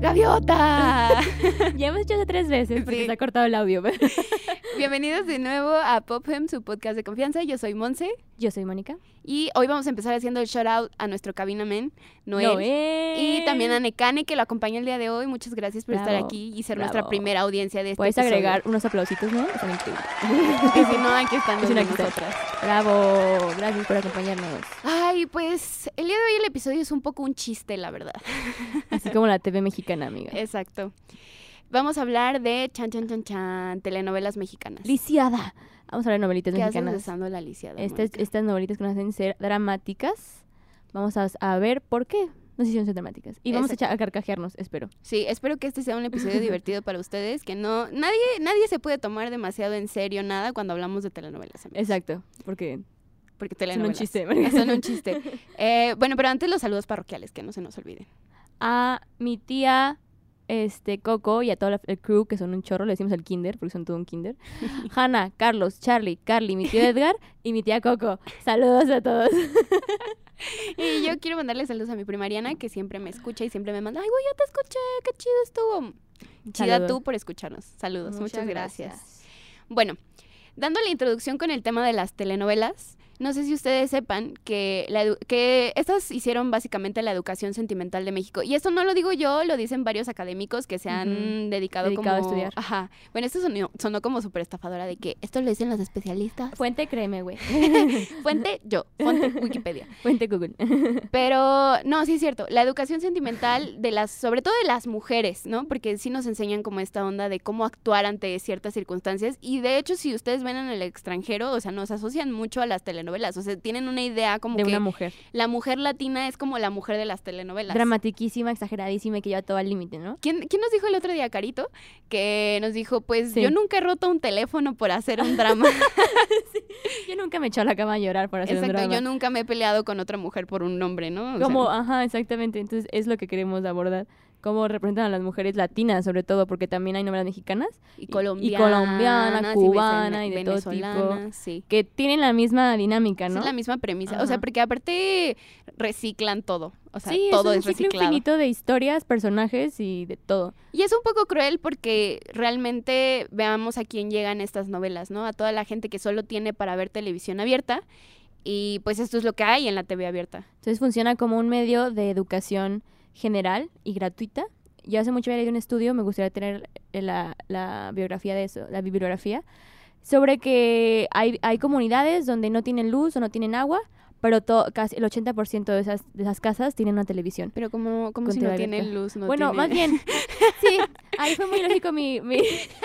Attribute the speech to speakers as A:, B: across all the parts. A: gaviota.
B: ya hemos hecho eso tres veces porque
A: Sí.
B: se ha cortado el audio. pero-
A: Bienvenidos de nuevo a Pophem, su podcast de confianza. Yo soy Monse
B: Yo soy Mónica.
A: y hoy vamos a empezar haciendo el shout out a nuestro cabina men, Noel.
B: Noel.
A: Y también a Nekane que lo acompaña el día de hoy. Muchas gracias por estar
B: Bravo,
A: aquí y ser
B: bravo.
A: nuestra primera audiencia de este
B: Puedes
A: episodio.
B: agregar unos aplausitos, ¿no? Son increíbles.
A: Y si no, aquí están
B: Es una
A: de
B: actitud.
A: nosotras.
B: Bravo. Gracias por acompañarnos.
A: Ay, pues el día de hoy el episodio es un poco un chiste, la verdad.
B: Así como la TV mexicana, amiga.
A: Exacto. Vamos a hablar de chan chan chan chan, telenovelas mexicanas.
B: Lisiada. Vamos a hablar de novelitas
A: ¿Qué haces
B: mexicanas. Este
A: besando la Alicia?
B: Estas, estas novelitas que nos hacen ser dramáticas. Vamos a, a ver por qué nos hicieron ser dramáticas. Y vamos a, echar- a carcajearnos, espero.
A: Sí, espero que este sea un episodio divertido para ustedes, que no nadie nadie se puede tomar demasiado en serio nada cuando hablamos de telenovelas. amigos,
B: Exacto. Porque
A: Porque
B: son un
A: telenovelas
B: chiste.
A: Son un chiste. Eh, bueno, pero antes los saludos parroquiales, que no se nos olviden.
B: a mi tía este Coco y a todo la- el crew que son un chorro, le decimos el kinder porque son todo un kinder. Hanna, Carlos, Charlie, Carly, mi tío Edgar y mi tía Coco. Saludos a todos.
A: Y yo quiero mandarle saludos a mi primariana, que siempre me escucha y siempre me manda, ay, güey, ya te escuché, qué chido estuvo. Chida
B: Saludos.
A: tú por escucharnos. Saludos, muchas gracias. Bueno, dando la introducción con el tema de las telenovelas, no sé si ustedes sepan que, la edu- que estas hicieron básicamente la educación sentimental de México. Y esto no lo digo yo, lo dicen varios académicos que se han
B: Ujú.
A: dedicado, como...
B: Dedicado a estudiar.
A: Ajá. Bueno, esto sonó, sonó como súper estafadora de que esto lo dicen los especialistas.
B: Fuente, créeme, güey.
A: Fuente yo, fuente Wikipedia.
B: Fuente Google.
A: Pero no, sí es cierto, la educación sentimental de las, sobre todo de las mujeres, ¿no? Porque sí nos enseñan como esta onda de cómo actuar ante ciertas circunstancias y de hecho si ustedes ven en el extranjero, o sea, nos asocian mucho a las telenovelas, o sea, tienen una idea como
B: De
A: que
B: una mujer.
A: la mujer latina es como la mujer de las telenovelas.
B: Dramatiquísima, exageradísima y que lleva todo al límite, ¿no?
A: ¿Quién, quién nos dijo el otro día, Carito? Que nos dijo, pues
B: Sí.
A: yo nunca he roto un teléfono por hacer un drama.
B: Yo nunca me echo a la cama a llorar por hacer un
A: Exacto,
B: drama.
A: yo nunca me he peleado con otra mujer por un nombre, ¿no? O sea,
B: Como, ajá, exactamente. Entonces es lo que queremos abordar. Cómo representan a las mujeres latinas, sobre todo, porque también hay novelas mexicanas.
A: y
B: y
A: colombiana,
B: colombiana, cubana y de todo tipo.
A: Sí.
B: que tienen la misma dinámica,
A: Esa
B: ¿no?
A: Es la misma premisa. O sea,
B: Ajá.
A: porque aparte reciclan todo. O sea,
B: sí,
A: todo
B: es,
A: es,
B: un ciclo
A: reciclado.
B: infinito de historias, personajes y de todo.
A: Y es un poco cruel porque realmente veamos a quién llegan estas novelas, ¿no? A toda la gente que solo tiene para ver televisión abierta. Y pues esto es lo que hay en la TV abierta.
B: Entonces funciona como un medio de educación general y gratuita. Yo hace mucho había leído un estudio, me gustaría tener eh, la, la biografía de eso, la bibliografía, sobre que hay, hay comunidades donde no tienen luz o no tienen agua, pero to- casi el 80% de esas, de esas casas tienen una televisión.
A: Pero como, como
B: Con
A: si no
B: TV
A: tiene
B: abierta.
A: luz, no
B: bueno,
A: tiene-
B: más bien, sí, ahí fue muy lógico mi- mi,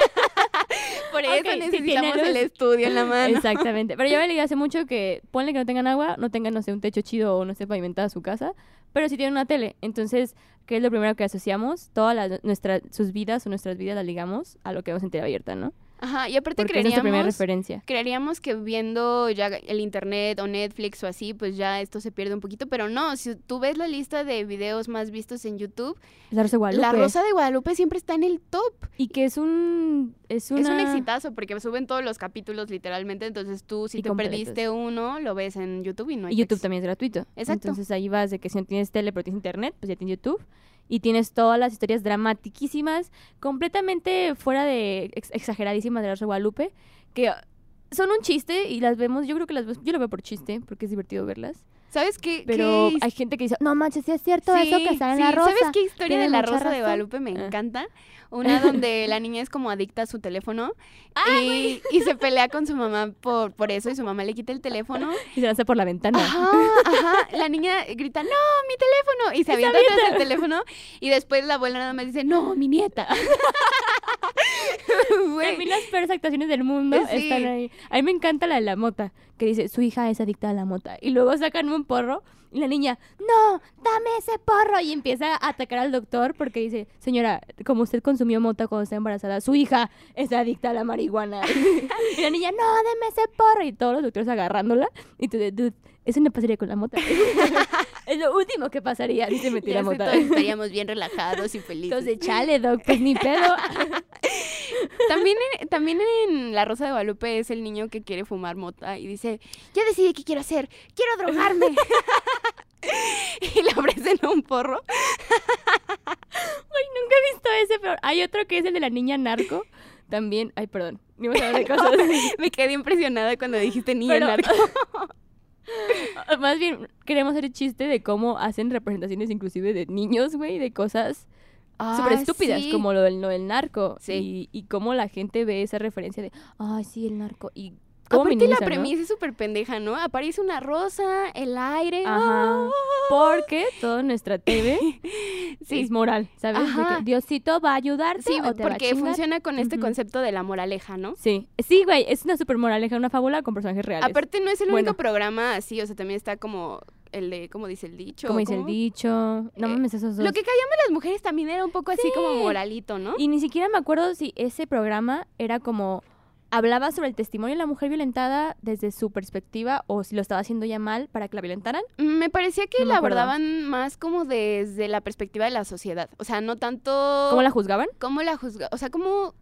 A: Por eso
B: Ok, sí tiene
A: necesitamos
B: luz.
A: el estudio en la
B: Ah,
A: mano.
B: Exactamente. Pero yo había leído hace mucho que ponle que no tengan agua, no tengan, no sé, un techo chido o no esté pavimentada su casa, pero sí tienen una tele. Entonces, ¿qué es lo primero que asociamos? Todas las- nuestra- sus vidas o nuestras vidas las ligamos a lo que vemos en tele abierta, ¿no?
A: Ajá, y aparte
B: Porque es nuestra primera
A: creeríamos...
B: referencia.
A: Creeríamos que viendo ya el internet o Netflix o así, pues ya esto se pierde un poquito, pero no, si tú ves la lista de videos más vistos en YouTube,
B: Es La Rosa de Guadalupe.
A: La Rosa de Guadalupe siempre está en el top.
B: Y que es un... Es, una...
A: Es un exitazo porque suben todos los capítulos literalmente, entonces tú si
B: Y
A: te
B: completos.
A: perdiste uno, lo ves en YouTube y no hay
B: Y YouTube
A: texto.
B: también es gratuito.
A: Exacto.
B: Entonces ahí vas de que si no tienes tele pero tienes internet, pues ya tienes YouTube. Y tienes todas las historias dramatiquísimas, completamente fuera de ex- exageradísimas de la Rosa de Guadalupe, que ah, son un chiste y las vemos, yo creo que las ves, yo lo veo por chiste, porque es divertido verlas.
A: ¿Sabes qué?
B: Pero
A: qué his-
B: hay gente que dice, no manches, sí es cierto eso
A: Sí,
B: que sale en
A: sí,
B: la Rosa.
A: ¿Sabes qué historia de
B: Tiene
A: la
B: mucha
A: Rosa de
B: razón.
A: Guadalupe me
B: Ah.
A: encanta? Una donde la niña es como adicta a su teléfono
B: Ah,
A: y, y se pelea con su mamá por, por eso y su mamá le quita el teléfono
B: Y se lanza por la ventana.
A: Ajá, ajá. La niña grita, no, mi teléfono. Y se avienta atrás del teléfono. Y después la abuela nada más dice, no, mi nieta. Güey, Eh,
B: En mí las peores actuaciones del mundo
A: Sí.
B: están ahí. A mí me encanta la de la mota, que dice, su hija es adicta a la mota. Y luego sacan un porro y la niña, no, dame ese porro. Y empieza a atacar al doctor porque dice, señora, como usted consumió mota cuando está embarazada, su hija es adicta a la marihuana. y la niña, no, dame ese porro. Y todos los doctores agarrándola. Y tú, de, dude, eso no pasaría con la mota. es lo último que pasaría si se
A: ya
B: metiera
A: sé,
B: mota.
A: todos estaríamos bien relajados y felices.
B: Entonces, chale, doc, pues ni pedo.
A: también, en, también en La Rosa de Guadalupe es el niño que quiere fumar mota y dice, yo decidí qué quiero hacer, quiero drogarme. y le ofrecen un porro.
B: Ay, nunca he visto ese peor. Hay otro que es el de la niña narco. También. Ay, perdón. Ni vamos a hablar de cosas.
A: Me quedé impresionada cuando dijiste niña
B: Pero-
A: narco.
B: Más bien, queremos hacer el chiste de cómo hacen representaciones inclusive de niños, güey, de cosas súper estúpidas,
A: Ah, sí.
B: como lo del, lo del narco.
A: Sí.
B: Y, y cómo la gente ve esa referencia de, ay, sí, el narco. Y cómo
A: Aparte la
B: minimizan, ¿no?
A: premisa es súper pendeja, ¿no? Aparece una rosa, el aire.
B: Ajá.
A: ah,
B: Porque toda nuestra TV
A: sí.
B: es moral, ¿sabes? De que
A: Ajá.
B: Diosito va a ayudarte
A: Sí,
B: o te va a
A: porque
B: chingar.
A: funciona con este
B: Ujú.
A: concepto de la moraleja, ¿no?
B: Sí, sí, güey, es una super moraleja, una fábula con personajes reales.
A: Aparte no es el
B: Bueno.
A: único programa así, o sea, también está como el de, ¿cómo dice el dicho?
B: como dice el
A: ¿Cómo?
B: dicho, no
A: Eh,
B: mames esos dos.
A: Lo que callaban las mujeres también era un poco así
B: Sí.
A: como moralito, ¿no?
B: Y ni siquiera me acuerdo si ese programa era como hablaba sobre el testimonio de la mujer violentada desde su perspectiva o si lo estaba haciendo ya mal para que la violentaran.
A: Mm, Me parecía que
B: No me
A: la
B: acuerdo.
A: abordaban más como desde la perspectiva de la sociedad, o sea, no tanto
B: ¿Cómo la juzgaban?
A: cómo la juzga, o sea, cómo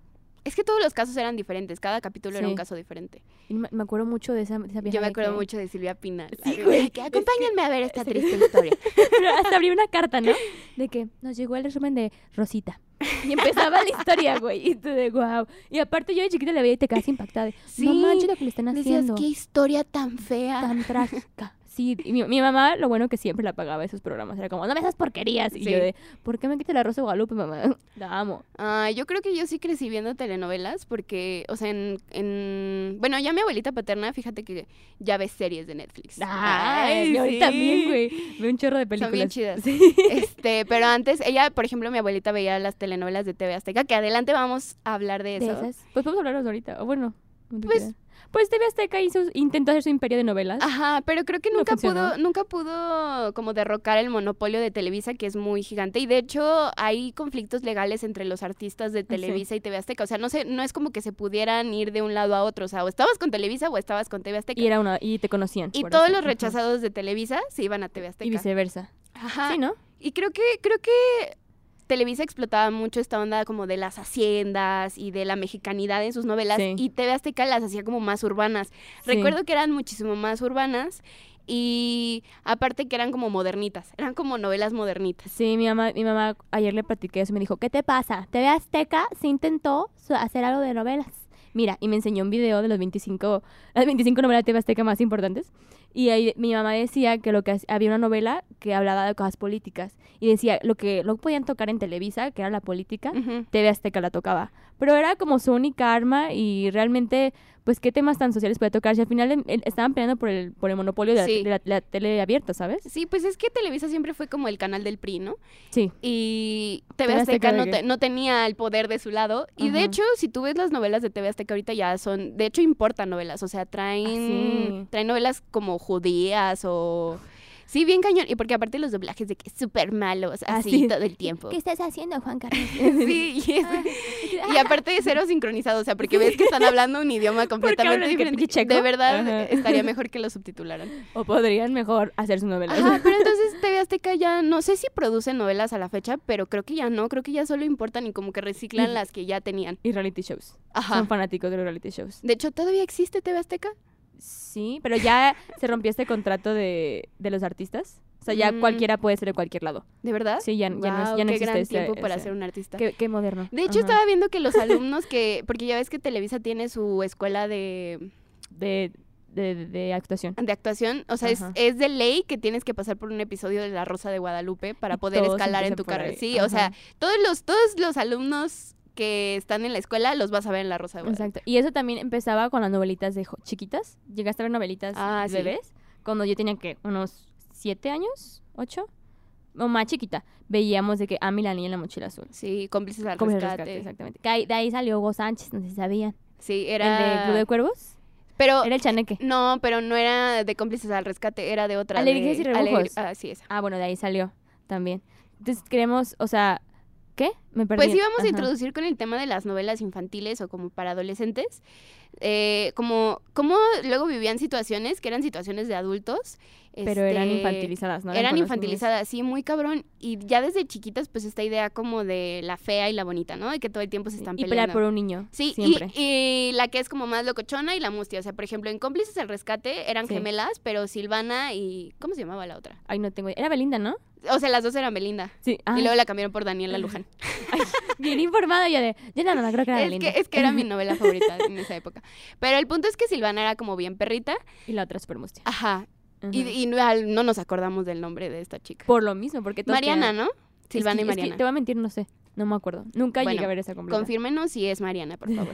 A: es que todos los casos eran diferentes, cada capítulo era
B: Sí.
A: un caso diferente.
B: Y me me acuerdo mucho de esa, de esa vieja
A: Yo me
B: de
A: acuerdo
B: que-
A: mucho de Silvia Pinal.
B: Sí,
A: así de
B: güey,
A: que
B: es que-
A: acompáñenme a ver esta
B: sí.
A: triste historia.
B: Pero hasta abrí una carta, ¿no? De que nos llegó el resumen de Rosita. Y empezaba la historia, güey. Y tú de wow. Y aparte yo de chiquita la veía y te quedas impactada. de,
A: Sí,
B: no manches lo que le están
A: Decías,
B: haciendo.
A: qué historia tan fea.
B: Tan trágica. Ah. Sí, y mi, mi mamá, lo bueno que siempre la pagaba esos programas. Era como, no me esas porquerías. Y
A: Sí.
B: yo de, ¿por qué me quita la Rosa de Guadalupe, mamá? La amo.
A: Ah, yo creo que yo sí crecí viendo telenovelas porque, o sea, en, en- Bueno, ya mi abuelita paterna, fíjate que ya ve series de Netflix.
B: Ay, mi
A: sí.
B: abuelita también, güey. Ve un chorro de
A: Son
B: películas.
A: bien chidas.
B: Sí.
A: Este, pero antes, ella, por ejemplo, mi abuelita veía las telenovelas de TV Azteca, que adelante vamos a hablar de
B: De
A: eso.
B: esas. Pues podemos hablaros ahorita. O bueno, como tú
A: Pues- Ah,
B: quieras. pues TV Azteca hizo, intentó hacer su imperio de novelas.
A: Ajá, pero creo que
B: No
A: nunca
B: funcionó.
A: pudo, nunca pudo como derrocar el monopolio de Televisa, que es muy gigante. Y de hecho, hay conflictos legales entre los artistas
B: Ah,
A: de Televisa y TV Azteca. O sea, no sé, no es como que se pudieran ir de un lado a otro. O sea, o estabas con Televisa o estabas con TV Azteca.
B: Y era una, y te conocían.
A: Y
B: por
A: todos
B: eso.
A: los
B: Ajá.
A: rechazados de Televisa se iban a TV Azteca. Ah,
B: Y viceversa.
A: Ajá.
B: Sí, ¿no?
A: Y creo que, creo que Televisa explotaba mucho esta onda como de las haciendas y de la mexicanidad en sus novelas.
B: Sí.
A: Y TV Azteca las hacía como más urbanas.
B: Sí.
A: Recuerdo que eran muchísimo más urbanas. Y aparte que eran como modernitas, eran como novelas modernitas.
B: Sí, mi mamá, mi mamá ayer le platiqué eso y me dijo, ¿qué te pasa? TV Azteca se intentó su- hacer algo de novelas. Mira, y me enseñó un video de los 25, las 25 novelas de TV Azteca más importantes. Y ahí mi mamá decía que lo que ha- había una novela que hablaba de cosas políticas. Y decía lo que lo podían tocar en Televisa, que era la política,
A: Ujú.
B: TV Azteca la tocaba. Pero era como su única arma y realmente, pues, ¿qué temas tan sociales puede tocar? Si al final em, em, estaban peleando por el, por el monopolio de, la,
A: Sí.
B: de la- la tele abierta, ¿sabes?
A: Sí, pues es que Televisa siempre fue como el canal del PRI, ¿no?
B: Sí.
A: Y TV
B: TV
A: Azteca
B: Azteca de
A: no,
B: que-
A: te- no tenía el poder de su lado. Y de
B: Ajá.
A: hecho, si tú ves las novelas de TV Azteca ahorita ya son, de hecho importan novelas, o sea, traen,
B: Ah, sí.
A: traen novelas como judías o... Sí, bien cañón. Y porque aparte los doblajes de que súper malos, así
B: Así.
A: todo el tiempo.
B: estás haciendo, Juan Carlos?
A: Sí, y, es-
B: Ah.
A: y aparte de cero sincronizado, o sea, porque ves que están hablando un idioma completamente
B: hablan que
A: diferente.
B: pinche checo?
A: De verdad,
B: Ajá.
A: estaría mejor que lo subtitularan.
B: O podrían mejor hacer su novela.
A: Ajá, pero entonces TV Azteca ya, no sé si produce novelas a la fecha, pero creo que ya no, creo que ya solo importan y como que reciclan
B: Y-
A: las que ya tenían.
B: Y reality shows.
A: Ajá.
B: Mm. Son fanáticos de los reality shows.
A: De hecho, ¿todavía existe TV Azteca?
B: Sí, pero ya se rompió este contrato de, de los artistas. O sea, ya
A: Mm.
B: cualquiera puede ser de cualquier lado.
A: ¿De verdad?
B: Sí, ya, ya no, es-
A: Guau,
B: ya no
A: qué
B: existe
A: gran
B: ese-
A: tiempo para
B: ese-
A: ser un artista.
B: Qué, qué moderno.
A: De hecho,
B: Ajá.
A: estaba viendo que los alumnos que, porque ya ves que Televisa tiene su escuela de,
B: De, de, de actuación.
A: de actuación, o sea, es,
B: Ajá.
A: es de ley que tienes que pasar por un episodio de La Rosa de Guadalupe para
B: Y
A: poder
B: todos
A: escalar en
B: empiezan
A: tu
B: por
A: carrera.
B: ahí.
A: Sí, o sea,
B: Ajá.
A: todos los, todos los alumnos que están en la escuela los vas a ver en La Rosa de Guadalupe.
B: Exacto. Y eso también empezaba con las novelitas de jo- chiquitas. Llegaste a ver novelitas
A: Ah, sí.
B: bebés. Cuando yo tenía que unos siete años, ocho, o más chiquita, veíamos de que Ami la niña en la mochila azul.
A: Sí, cómplices al
B: Como el
A: rescate.
B: rescate, exactamente. Que ahí- de ahí salió Hugo Sánchez, no sé si sabían.
A: Sí,
B: ¿El
A: era. Oh.
B: de Club de Cuervos?
A: Pero
B: Era el chaneque.
A: no, pero no era de cómplices al rescate, era de otra.
B: Alegrías
A: de-
B: y rebujos.
A: Ah, sí, esa.
B: Ah, bueno, de ahí salió también. Entonces queremos, o sea, ¿qué? me perdí.
A: Pues íbamos a
B: Ajá.
A: introducir con el tema de las novelas infantiles o como para adolescentes, eh, como, como luego vivían situaciones que eran situaciones de adultos.
B: Pero eran
A: este,
B: infantilizadas, ¿no?
A: Eran
B: con los niños.
A: infantilizadas, sí, muy cabrón. Y ya desde chiquitas, pues esta idea como de la fea y la bonita, ¿no? De que todo el tiempo se están
B: Y
A: peleando.
B: pelear por un niño.
A: Sí, y-
B: siempre.
A: Y, la que es como más locochona y la mustia. O sea, por ejemplo, en Cómplices al Rescate eran
B: Sí.
A: gemelas, pero Silvana y. ¿Cómo se llamaba la otra?
B: Ay, no tengo. Era Belinda, ¿no?
A: O sea, las dos eran Belinda.
B: Sí.
A: Y
B: Ay,
A: luego la cambiaron por Daniela Luján.
B: Bien informada yo de. Yo no, no, no, creo que era
A: Es
B: Belinda.
A: que, es que era mi novela favorita en esa época. Pero el punto es que Silvana era como bien perrita.
B: Y la otra super mustia.
A: Ajá. Y,
B: Ajá.
A: y no, al- no nos acordamos del nombre de esta chica.
B: Por lo mismo, porque todos
A: Mariana, ¿no?
B: querían- Es
A: Silvana y
B: que- es que
A: Mariana.
B: te voy a mentir, no sé. No me acuerdo. Nunca
A: Bueno,
B: llegué a ver esa completa.
A: Confírmenos si es Mariana, por favor.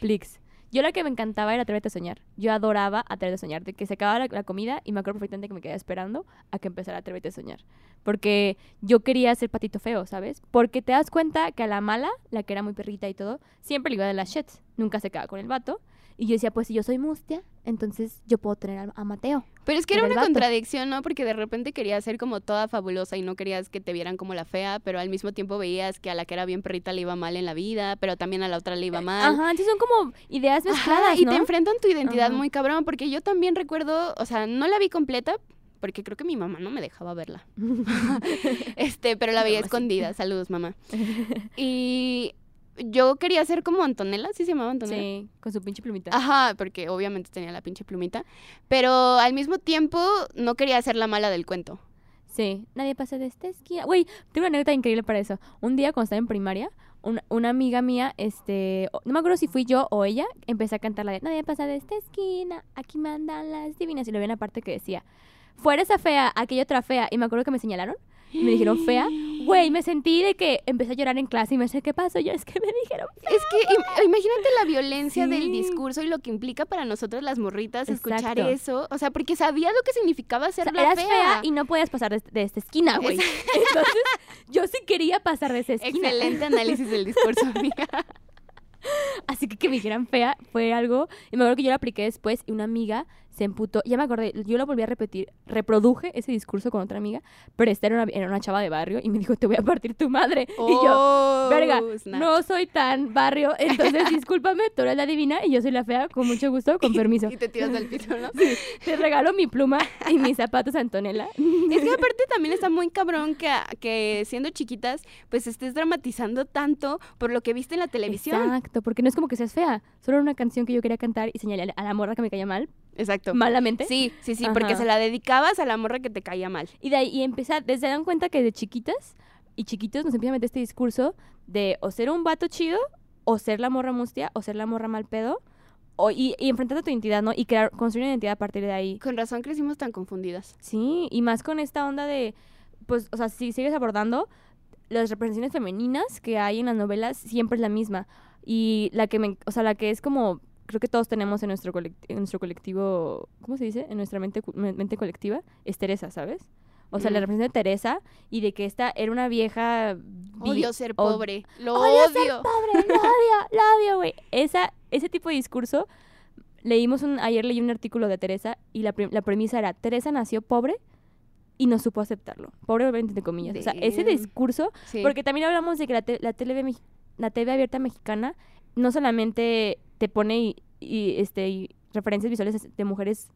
B: Plix. Yo la que me encantaba era Atrévete a soñar. Yo adoraba Atrévete a soñar. De que se acababa la, la comida y me acuerdo perfectamente que me quedaba esperando a que empezara Atrévete a soñar. Porque yo quería ser patito feo, ¿sabes? Porque te das cuenta que a la mala, la que era muy perrita y todo, siempre le iba de las shits. Nunca se quedaba con el vato. Y yo decía, pues si yo soy mustia, entonces yo puedo tener a, a Mateo.
A: Pero es que era
B: Era el
A: una
B: vato.
A: contradicción, ¿no? Porque de repente querías ser como toda fabulosa y no querías que te vieran como la fea, pero al mismo tiempo veías que a la que era bien perrita le iba mal en la vida, pero también a la otra le iba mal.
B: Eh, Ajá, entonces son como ideas
A: Ah. Ajá,
B: mezcladas,
A: y
B: ¿no?
A: te enfrentan tu identidad
B: Ajá.
A: muy cabrón, porque yo también recuerdo, o sea, no la vi completa, porque creo que mi mamá no me dejaba verla. Este, pero la
B: Mi
A: veía
B: mamá sí.
A: escondida. Saludos, mamá. Y yo quería ser como Antonella, ¿sí se llamaba Antonella?
B: sí, con su pinche plumita.
A: Ajá, porque obviamente tenía la pinche plumita, pero al mismo tiempo no quería ser la mala del cuento.
B: Sí, nadie pasa de esta esquina. Güey, tengo una anécdota increíble para eso. Un día cuando estaba en primaria, una, una amiga mía, este, o- no me acuerdo si fui yo o ella, empecé a cantar la de Nadie pasa de esta esquina, aquí mandan las divinas. Y lo vi en la parte que decía, fuera esa fea, aquella otra fea. Y me acuerdo que me señalaron, me dijeron fea. Güey, me sentí de que empecé a llorar en clase y me decía, ¿qué pasó? Yo es que me dijeron fea.
A: Es que im- imagínate la violencia del
B: Sí.
A: discurso y lo que implica para nosotras las morritas escuchar
B: Exacto.
A: eso. O sea, porque sabías lo que significaba ser
B: O sea,
A: la
B: eras fea y no podías pasar de, de esta esquina, güey. Entonces, yo sí quería pasar de esa esquina.
A: Excelente análisis del discurso, amiga.
B: Así que que me dijeran fea fue algo. Y me acuerdo que yo lo apliqué después y una amiga se emputó. Ya me acordé, yo lo volví a repetir. Reproduje ese discurso con otra amiga, pero esta era una, era una chava de barrio y me dijo, te voy a partir tu madre. y yo,
A: Oh,
B: verga,
A: snap.
B: no soy tan barrio, entonces discúlpame, tú eres la divina y yo soy la fea, con mucho gusto, con permiso.
A: Y te tiras al piso, ¿no?
B: Te regalo mi pluma y mis zapatos, Antonella.
A: Es que aparte también está muy cabrón que, que siendo chiquitas, pues estés dramatizando tanto por lo que viste en la televisión.
B: Exacto, porque no es como que seas fea, solo era una canción que yo quería cantar y señalé a la morra que me caía mal,
A: Exacto.
B: malamente.
A: Sí, sí, sí, porque
B: Ajá.
A: se la dedicabas a la morra que te caía mal.
B: Y de ahí y empezar, desde dan cuenta que de chiquitas y chiquitos nos empieza a meter este discurso de o ser un vato chido, o ser la morra mustia, o ser la morra mal pedo, o, y, y enfrentarte a tu identidad, ¿no? Y crear, construir una identidad a partir de ahí.
A: Con razón crecimos tan confundidas.
B: Sí, y más con esta onda de, pues, o sea, si sigues abordando, las representaciones femeninas que hay en las novelas siempre es la misma. Y la que me, o sea, la que es como, creo que todos tenemos en nuestro, colec- en nuestro colectivo, ¿cómo se dice? En nuestra mente, cu- me- mente colectiva, es Teresa, ¿sabes? O sea, la
A: Mm.
B: representación de Teresa y de que esta era una vieja... vi-
A: Odio ser
B: od-
A: pobre. Lo
B: Odio ser
A: odio.
B: pobre, la odio, la odio, güey. Esa, ese tipo de discurso, leímos un, ayer leí un artículo de Teresa y la, pre- la premisa era, Teresa nació pobre y no supo aceptarlo. Pobre, obviamente, entre comillas. O sea, ese
A: Damn.
B: discurso,
A: Sí.
B: porque también hablamos de que la, te- la tele, mexi- la TV abierta mexicana no solamente te pone y, y, este, y referencias visuales de mujeres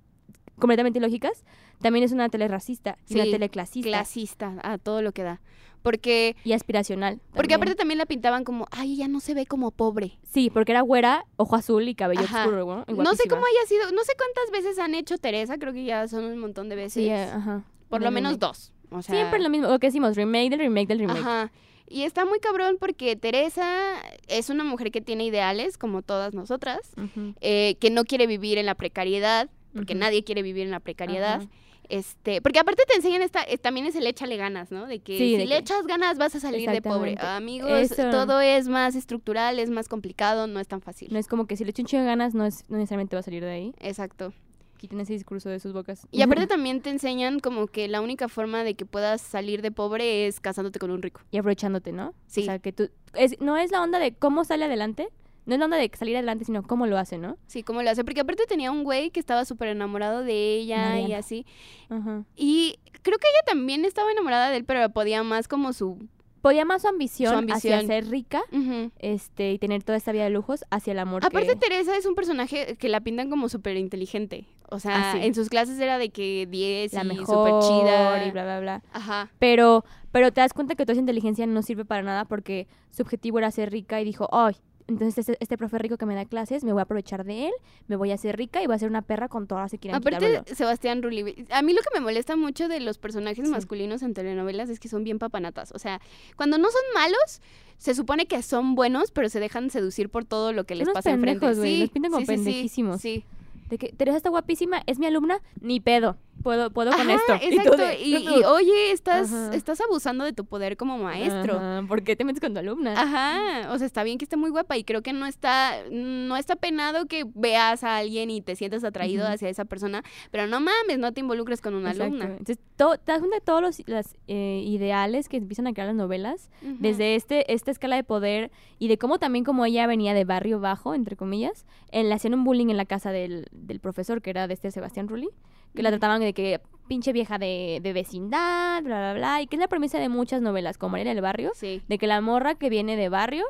B: completamente lógicas, también es una tele racista y una
A: Sí,
B: tele clasista
A: clasista a todo lo que da. Porque
B: y aspiracional.
A: porque
B: también.
A: aparte también la pintaban como, ay, ella no se ve como pobre.
B: Sí, porque era güera, ojo azul y cabello
A: Ajá.
B: oscuro, ¿no? Y
A: No sé
B: guapísima.
A: cómo haya sido, no sé cuántas veces han hecho Teresa, creo que ya son un montón de veces.
B: Sí, eh, ajá.
A: Por lo menos dos. O sea,
B: Siempre lo mismo, lo que decimos, remake del remake del remake.
A: Ajá. Y está muy cabrón porque Teresa es una mujer que tiene ideales, como todas nosotras,
B: Ujú,
A: eh, que no quiere vivir en la precariedad, porque
B: ujú.
A: nadie quiere vivir en la precariedad.
B: Ajá.
A: Este, porque aparte te enseñan esta, eh, también es el échale ganas, ¿no? De que
B: Sí,
A: si
B: de
A: le
B: que-
A: echas ganas vas a salir de pobre.
B: Exactamente.
A: Amigos,
B: Eso.
A: todo es más estructural, es más complicado, no es tan fácil.
B: No es como que si le echo un chingo de ganas, no, es, no necesariamente va a salir de ahí.
A: Exacto.
B: Quiten ese discurso de sus bocas.
A: Y aparte también te enseñan como que la única forma de que puedas salir de pobre es casándote con un rico.
B: y aprovechándote, ¿no?
A: Sí.
B: O sea, que tú... es- no es la onda de cómo sale adelante, no es la onda de salir adelante, sino cómo lo hace, ¿no?
A: Sí, ¿cómo lo hace? Porque aparte tenía un güey que estaba súper enamorado de ella y
B: Mariana.
A: así.
B: Ajá.
A: Y creo que ella también estaba enamorada de él, pero podía más como su
B: podía más su ambición,
A: Su ambición.
B: hacia ser rica
A: Ujú.
B: este y tener toda esta vida de lujos hacia el amor. que-
A: Aparte, Teresa es un personaje que la pintan como súper inteligente. O sea,
B: Ah, sí.
A: en sus clases era de que 10
B: la
A: y
B: mejor
A: súper chida.
B: y bla bla bla.
A: Ajá.
B: Pero pero te das cuenta que toda esa inteligencia no sirve para nada porque su objetivo era ser rica y dijo, "Ay, entonces este, este profe rico que me da clases, me voy a aprovechar de él, me voy a hacer rica y voy a ser una perra con todas las que quieran
A: Aparte,
B: quitármelo".
A: Sebastián Rulli. A mí lo que me molesta mucho de los personajes
B: Sí.
A: masculinos en telenovelas es que son bien papanatas. O sea, cuando no son malos, se supone que son buenos, pero se dejan seducir por todo lo que les
B: unos
A: pasa
B: pendejos,
A: enfrente.
B: güey,
A: Sí,
B: los pintan como
A: sí, sí, sí,
B: pendejísimos.
A: Sí.
B: De que Teresa está guapísima, es mi alumna, ni pedo. Puedo puedo con
A: Ajá,
B: esto. Y tú
A: Exacto.
B: de-
A: Y, y, oye, estás,
B: Ajá.
A: estás abusando de tu poder como maestro.
B: Ajá, ¿Por qué te metes con tu alumna?
A: Ajá, o sea, está bien que esté muy guapa y creo que no está no está penado que veas a alguien y te sientas atraído
B: Ujú.
A: hacia esa persona, pero no mames, no te involucres con una
B: Exacto.
A: alumna.
B: Entonces, to- te das cuenta de todos los las, eh, ideales que empiezan a crear las novelas,
A: Ujú.
B: desde este, esta escala de poder y de cómo también como ella venía de barrio bajo, entre comillas, eh, le hacían un bullying en la casa del, del profesor, que era de este Sebastián Rulli, que la
A: Ujú.
B: trataban de que pinche vieja de, de vecindad, bla, bla, bla, y que es la premisa de muchas novelas, como María del Barrio,
A: Sí.
B: de que la morra que viene de barrio,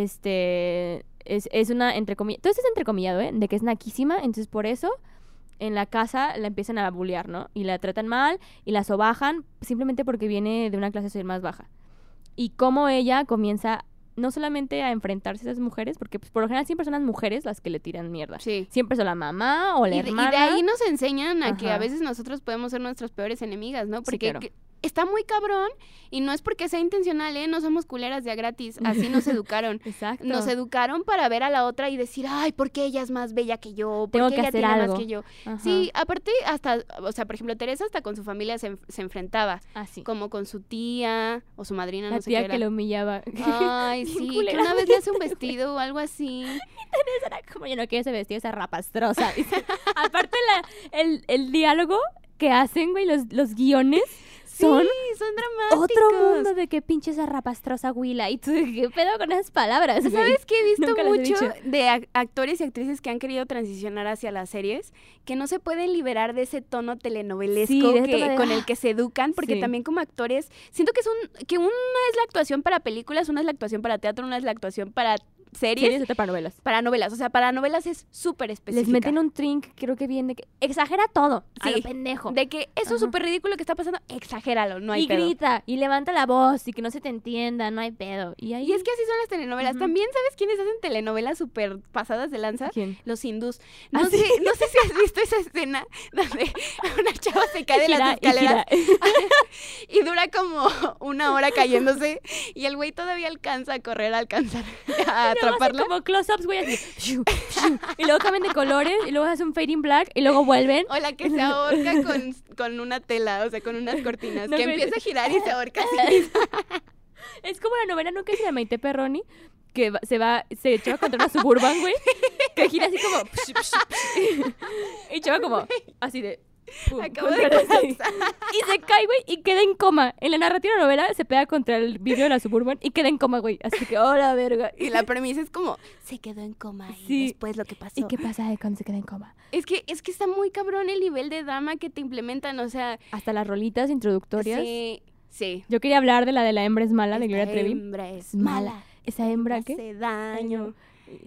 B: este, es, es una, entre comillas, todo esto es entrecomillado, ¿eh? De que es naquísima, entonces por eso en la casa la empiezan a bullear, ¿no? Y la tratan mal y la sobajan simplemente porque viene de una clase social más baja. Y cómo ella comienza no solamente a enfrentarse a esas mujeres, porque pues, por lo general siempre son las mujeres las que le tiran mierda.
A: Sí.
B: Siempre son la mamá o
A: Y
B: la
A: de, y de
B: hermana.
A: ahí nos enseñan a que a
B: Ajá.
A: veces nosotros podemos ser nuestras peores enemigas, ¿no? Porque
B: claro.
A: que- está muy cabrón y no es porque sea intencional, ¿eh? No somos culeras de a gratis, así nos educaron.
B: Exacto.
A: Nos educaron para ver a la otra y decir, ay, ¿por qué ella es más bella que yo? ¿Por
B: Tengo
A: qué
B: que
A: ella
B: hacer
A: tiene
B: algo".
A: más que yo?
B: Ajá.
A: Sí, aparte, hasta, o sea, por ejemplo, Teresa hasta con su familia se, enf- se enfrentaba,
B: Así.
A: como con su tía o su madrina,
B: la
A: no sé
B: tía
A: qué
B: que
A: era.
B: la humillaba.
A: Ay,
B: Bien
A: sí, que
B: culera,
A: una vez le hace un
B: güey.
A: vestido o algo así.
B: Era como yo no quiero ese vestido, esa rapastrosa. dice. Aparte, la, el, el diálogo que hacen, güey, los, los guiones, Son
A: sí, son dramáticos.
B: otro mundo de que pinche esa rapastrosa huila. Y tú, ¿qué pedo con esas palabras? güey?
A: ¿Sabes qué he visto
B: Nunca las he
A: mucho
B: dicho.
A: de ac- actores y actrices que han querido transicionar hacia las series? Que no se pueden liberar de ese tono telenovelesco
B: Sí, de ese
A: que-
B: tono de,
A: con
B: "Ah".
A: el que se educan, porque
B: Sí.
A: también como actores, siento que, es un, que una es la actuación para películas, una es la actuación para teatro, una es la actuación para series,
B: Series o telenovelas.
A: para novelas. O sea, para novelas es súper específica.
B: Les meten un drink, creo que bien, de que exagera todo. A lo
A: Sí.
B: pendejo.
A: De que eso
B: Ajá.
A: es súper ridículo que está pasando, exagéralo, no hay
B: y
A: pedo.
B: grita, y levanta la voz, y que no se te entienda, no hay pedo. Y ahí.
A: Y es que así son las telenovelas.
B: Ujú.
A: También, ¿sabes quiénes hacen telenovelas súper pasadas de lanza?
B: ¿Quién?
A: Los hindús.
B: ¿Ah,
A: No,
B: sí?
A: sé, no sé si has visto esa escena donde una chava se cae de
B: Gira,
A: las
B: y
A: escaleras
B: gira.
A: y, dura como una hora cayéndose y el güey todavía alcanza a correr, a alcanzar, a
B: Y luego hace
A: atraparla.
B: Como close-ups, güey, así. fiu, fiu, Y luego cambian de colores, y luego hace un fading black, y luego vuelven.
A: O la que se ahorca con, con una tela, o sea, con unas cortinas,
B: No,
A: que
B: pero-
A: empieza a girar y se ahorca así.
B: Es como la novela nunca se de Maite Perroni, que va- se va, se echaba contra una suburban, güey, que gira así como. psh, psh, psh, y chava como, así de. pum,
A: Acabo
B: contra
A: de
B: la-
A: colapsar.
B: Y se cae, güey, y queda en coma. En la narrativa de la novela se pega contra el vidrio de la suburban y queda en coma, güey. Así que, hola, verga.
A: Y la premisa es como, se quedó en coma y
B: Sí.
A: después lo que pasó.
B: ¿Y qué pasa de cuando se queda en coma?
A: Es que, es que está muy cabrón el nivel de drama que te implementan, o sea,
B: Hasta las rolitas introductorias.
A: sí, sí.
B: Yo quería hablar de la de la hembra es mala, de
A: Esta
B: Gloria Trevi.
A: hembra es
B: Es mala.
A: mala.
B: Esa hembra que.
A: Hace daño.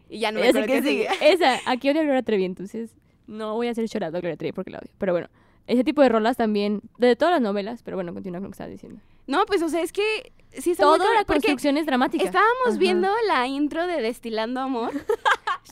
A: Y ya Ah, no me
B: Esa
A: acuerdo
B: que
A: qué
B: sigue.
A: sigue.
B: Esa, aquí odio a Gloria Trevi, entonces no voy a hacer llorando a Gloria Trevi porque la odio. Pero bueno, ese tipo de rolas también, de todas las novelas, pero bueno, continúa con lo que estabas diciendo.
A: No, pues, o sea, es que sí está muy
B: Toda
A: cabrón,
B: la
A: porque
B: construcción es dramática.
A: Estábamos
B: Ajá.
A: viendo la intro de Destilando Amor.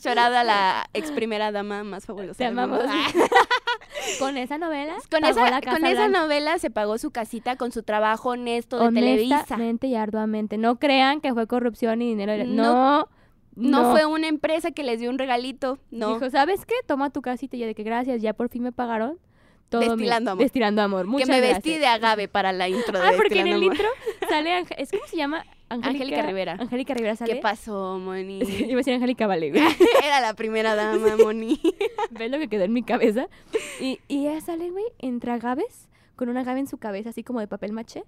A: Llorada la ex primera dama más fabulosa.
B: Te
A: del mundo.
B: amamos.
A: Ah,
B: con esa novela.
A: Con,
B: pagó
A: esa,
B: la Casa
A: con esa
B: Blanca.
A: novela se pagó su casita con su trabajo honesto de Televisa.
B: Honestamente y arduamente. No crean que fue corrupción y dinero. de- No.
A: No.
B: No,
A: No, fue una empresa que les dio un regalito. No.
B: Dijo, ¿sabes qué? Toma tu casita y ya de que gracias, ya por fin me pagaron. Todo mi-
A: Destilando amor.
B: Destilando amor.
A: que
B: Muchas
A: me
B: gracias.
A: vestí de agave para la intro de
B: Ah, porque en
A: Destilando
B: el
A: Amor.
B: intro sale Ángel- es ¿cómo se llama?
A: Angélica Rivera.
B: Angélica Rivera sale.
A: ¿Qué pasó, Moni?
B: Iba a decir Angélica Vale, güey.
A: Era la primera dama, Moni.
B: ¿Ves lo que quedó en mi cabeza? Y, y ella sale, güey, entre agaves, con una agave en su cabeza, así como de papel maché.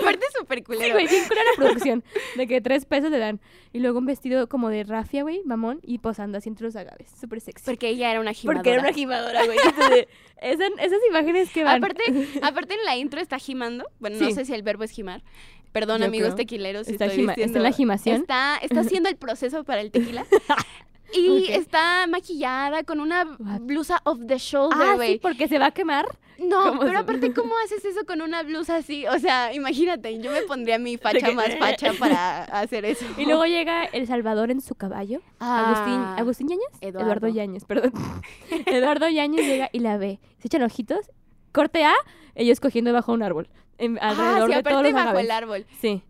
A: Aparte es súper
B: Sí,
A: culero.
B: güey, bien culera la producción. De que tres pesos le dan. Y luego un vestido como de rafia, güey, mamón, y posando así entre los agaves. Súper sexy.
A: porque ella era una gimadora.
B: Porque era una gimadora, güey. Entonces, esa- esas imágenes que van.
A: Aparte, aparte en la intro está gimando. Bueno, no
B: Sí.
A: sé si el verbo es gimar. Perdón,
B: Yo
A: amigos
B: creo.
A: tequileros. si
B: Está
A: estoy
B: gima- está en
A: diciendo-
B: la gimación.
A: Está, está haciendo el proceso para el tequila. Y
B: Ok.
A: está maquillada con una
B: What?
A: blusa off the shoulder,
B: ah,
A: güey.
B: sí, porque se va a quemar.
A: No,
B: ¿Cómo
A: pero
B: se-
A: aparte, ¿cómo haces eso con una blusa así? O sea, imagínate, yo me pondría mi facha
B: que-
A: más facha para hacer eso.
B: Y luego llega El Salvador en su caballo. Agustín,
A: Ah,
B: ¿Agustín Yáñez?
A: Eduardo.
B: Yáñez, perdón. Eduardo Yáñez llega y la ve. Se echan ojitos. Corte A, ellos cogiendo bajo un árbol. en-
A: Ah,
B: alrededor
A: sí,
B: de todos
A: aparte
B: los
A: bajo
B: agaves.
A: el árbol.
B: Sí.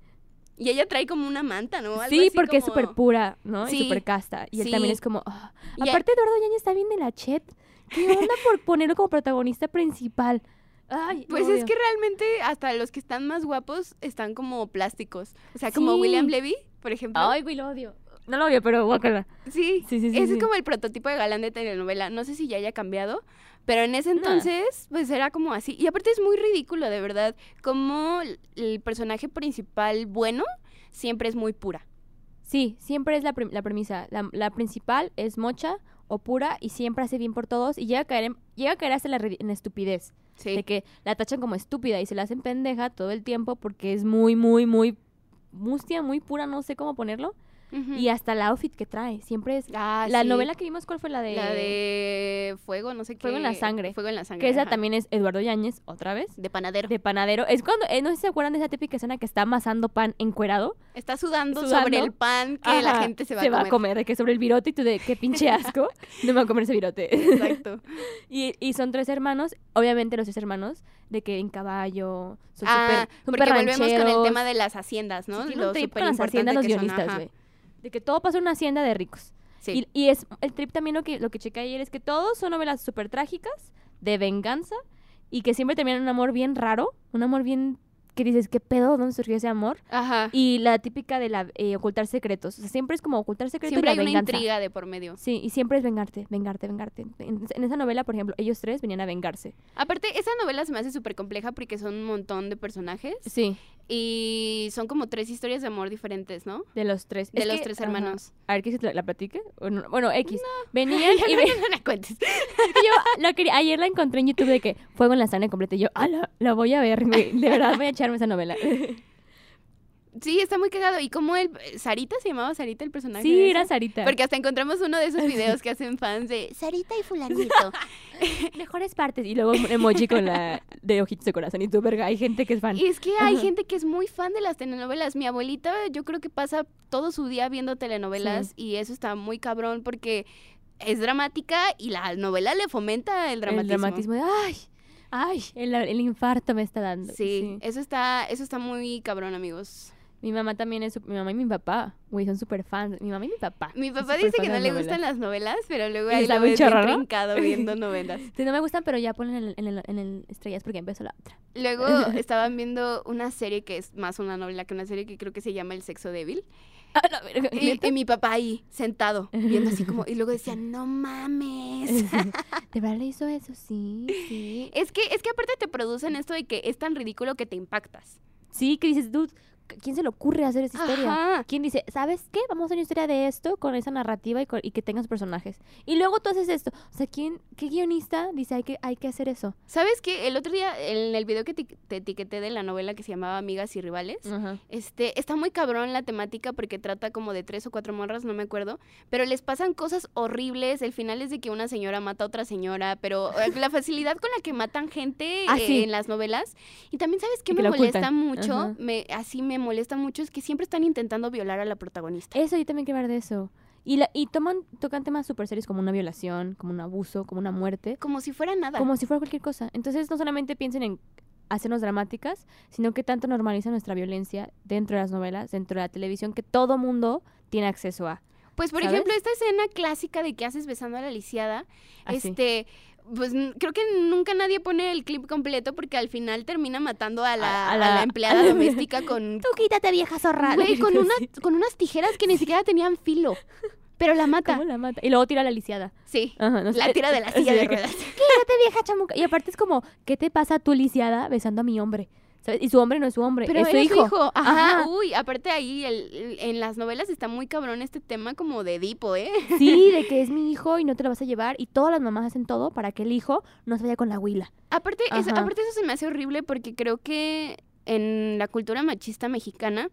A: Y ella trae como una manta, ¿no? Algo
B: Sí,
A: así
B: porque es
A: como-
B: súper pura, ¿no?
A: Sí.
B: Y súper casta. Y
A: Sí.
B: él también es como. ah.
A: Y a-
B: Aparte, Eduardo Yáñez está bien de la chet. ¿Qué onda por ponerlo como protagonista principal? Ay,
A: Pues
B: no,
A: es
B: Dios.
A: que realmente hasta los que están más guapos están como plásticos. O sea, como
B: Sí.
A: William Levy, por ejemplo.
B: Ay, güey, lo odio. No lo odio, pero guácala.
A: Sí,
B: Sí, sí, sí,
A: ese es
B: sí.
A: como el prototipo de galán de telenovela. No sé si ya haya cambiado, pero en ese
B: No.
A: entonces, pues era como así. Y aparte es muy ridículo, de verdad, como l- el personaje principal bueno siempre es muy pura.
B: Sí, siempre es la, prim- la premisa. La, la principal es mocha o pura y siempre hace bien por todos y llega a caer en, llega a caer hasta en la, ri- en la estupidez.
A: Sí.
B: De que la tachan como estúpida y se la hacen pendeja todo el tiempo porque es muy, muy, muy mustia, muy pura, no sé cómo ponerlo.
A: Ujú.
B: Y hasta la outfit que trae, siempre es...
A: Ah,
B: la
A: sí.
B: novela que vimos, ¿cuál fue la de...?
A: La de Fuego, no sé qué.
B: Fuego en la sangre.
A: Fuego en la sangre.
B: Que esa
A: ajá.
B: también es Eduardo Yáñez, otra vez.
A: De panadero.
B: De panadero. Es cuando, eh, no sé si se acuerdan de esa típica escena que está amasando pan encuerado.
A: Está sudando,
B: Sudando.
A: sobre el pan que la
B: Ajá,
A: gente se va
B: se
A: a comer.
B: de que sobre el virote y tú de qué pinche asco. no me voy a comer ese virote.
A: Exacto.
B: Y, y son tres hermanos, obviamente los tres hermanos, de que en caballo, son
A: ah, porque
B: súper súper
A: volvemos con el
B: rancheros.
A: tema de las haciendas, ¿no?
B: Sí, tiene
A: Lo
B: un trip con las
A: superimportante
B: haciendas los
A: que son,
B: guionistas,
A: ajá.
B: güey. De que todo pasa en una hacienda de ricos.
A: Sí.
B: Y, y es el trip también lo que, lo que chequé ayer es que todos son novelas súper trágicas, de venganza, y que siempre terminan en un amor bien raro, un amor bien que dices, ¿qué pedo? ¿Dónde surgió ese amor?
A: Ajá.
B: Y la típica de la eh, ocultar secretos. O sea, siempre es como ocultar secretos
A: Siempre
B: y
A: hay
B: la
A: una
B: venganza.
A: intriga de por medio.
B: Sí, y siempre es vengarte, vengarte, vengarte. En, en esa novela, por ejemplo, ellos tres venían a vengarse.
A: Aparte, esa novela se me hace súper compleja porque son un montón de personajes
B: Sí,
A: y son como tres historias de amor diferentes, ¿no?
B: de los tres.
A: De
B: Es
A: los
B: que-
A: tres
B: ajá.
A: hermanos.
B: A ver, ¿quieres que te la platique? O no- Bueno, X. Venían y ve-
A: No la cuentes.
B: yo la quería- ayer la encontré en YouTube de que Fuego en la sangre completa. Y yo, ah, la, la voy a ver, güey. De verdad, voy a echarme esa novela.
A: Sí, está muy cagado. ¿Y cómo el. eh, Sarita se llamaba Sarita el personaje? de
B: Sí,
A: esa?
B: era Sarita.
A: Porque hasta encontramos uno de esos videos que hacen fans de Sarita y Fulanito.
B: mejores partes. Y luego un emoji con la de ojitos de corazón. Y tú, verga, hay gente que es fan.
A: Y es que hay
B: Ajá.
A: gente que es muy fan de las telenovelas. Mi abuelita, yo creo que pasa todo su día viendo telenovelas y eso está muy cabrón porque es dramática y la novela le fomenta el dramatismo.
B: El dramatismo de, ay, ay, el, el infarto me está dando.
A: Sí, eh eso está, eso está muy cabrón, amigos.
B: Mi mamá también es, su- mi mamá y mi papá, güey, son súper fans. Mi mamá y mi papá.
A: Mi
B: son
A: papá
B: súper
A: dice que
B: fan
A: no
B: de
A: le
B: novelas.
A: gustan las novelas, pero luego
B: Y
A: ahí
B: está
A: lo
B: bien
A: ves bien
B: chorro, ¿no?
A: trincado viendo novelas.
B: Sí, no me gustan, pero ya ponen en el, en el- en el estrellas porque empezó la otra.
A: Luego estaban viendo una serie que es más una novela que una serie que creo que se llama El sexo débil.
B: Ah, la verga,
A: Y,
B: ¿neta?
A: y mi papá ahí, sentado, viendo así como... Y luego decía, no mames.
B: De verdad le hizo eso, sí, sí.
A: Es que, es que aparte te producen esto de que es tan ridículo que te impactas.
B: Sí, que dices, dude, ¿quién se le ocurre hacer esa historia?
A: Ajá.
B: ¿Quién dice, ¿sabes qué? Vamos a hacer una historia de esto con esa narrativa y, con- y que tengas personajes. Y luego tú haces esto. O sea, ¿quién, ¿qué guionista dice hay que, hay que hacer eso?
A: ¿Sabes qué? El otro día, en el video que ti- te etiqueté de la novela que se llamaba Amigas y Rivales,
B: Ajá.
A: este, está muy cabrón la temática porque trata como de tres o cuatro morras, no me acuerdo, pero les pasan cosas horribles. El final es de que una señora mata a otra señora, pero eh, la facilidad con la que matan gente
B: Ah,
A: eh,
B: sí.
A: en las novelas. Y también, ¿sabes qué
B: Y
A: me
B: que lo
A: molesta
B: ocultan.
A: mucho?
B: Ajá.
A: Me, así me molesta mucho, es que siempre están intentando violar a la protagonista.
B: Eso, yo también quiero hablar de eso. Y, la, y toman, tocan temas súper serios como una violación, como un abuso, como una muerte,
A: Como si fuera nada.
B: como si fuera cualquier cosa. Entonces, no solamente piensen en hacernos dramáticas, sino que tanto normalizan nuestra violencia dentro de las novelas, dentro de la televisión, que todo mundo tiene acceso a.
A: Pues por
B: ¿Sabes?
A: ejemplo, esta escena clásica de que haces besando a la lisiada,
B: Así.
A: este, pues n- creo que nunca nadie pone el clip completo porque al final termina matando a la,
B: A- a
A: a
B: la-
A: la empleada
B: a la-
A: doméstica con,
B: Tú quítate, vieja zorra.
A: güey, con,
B: Sí.
A: una- con unas tijeras que ni siquiera tenían filo. Pero la mata.
B: ¿Cómo la mata? Y luego tira la lisiada.
A: Sí.
B: Ajá, no sé.
A: La tira de la silla
B: Sí.
A: de ruedas.
B: Quédate, vieja chamuca. Y aparte es como, ¿qué te pasa tú, lisiada, besando a mi hombre? ¿Sabes? Y su hombre no es su hombre,
A: Pero
B: es su
A: era
B: hijo.
A: Ajá.
B: Ajá.
A: Uy, aparte ahí el- el- en las novelas está muy cabrón este tema como de Edipo, ¿eh?
B: Sí, de que es mi hijo y no te lo vas a llevar. Y todas las mamás hacen todo para que el hijo no se vaya con la huila.
A: Aparte, eso,
B: Ajá.
A: aparte eso se me hace horrible porque creo que en la cultura machista mexicana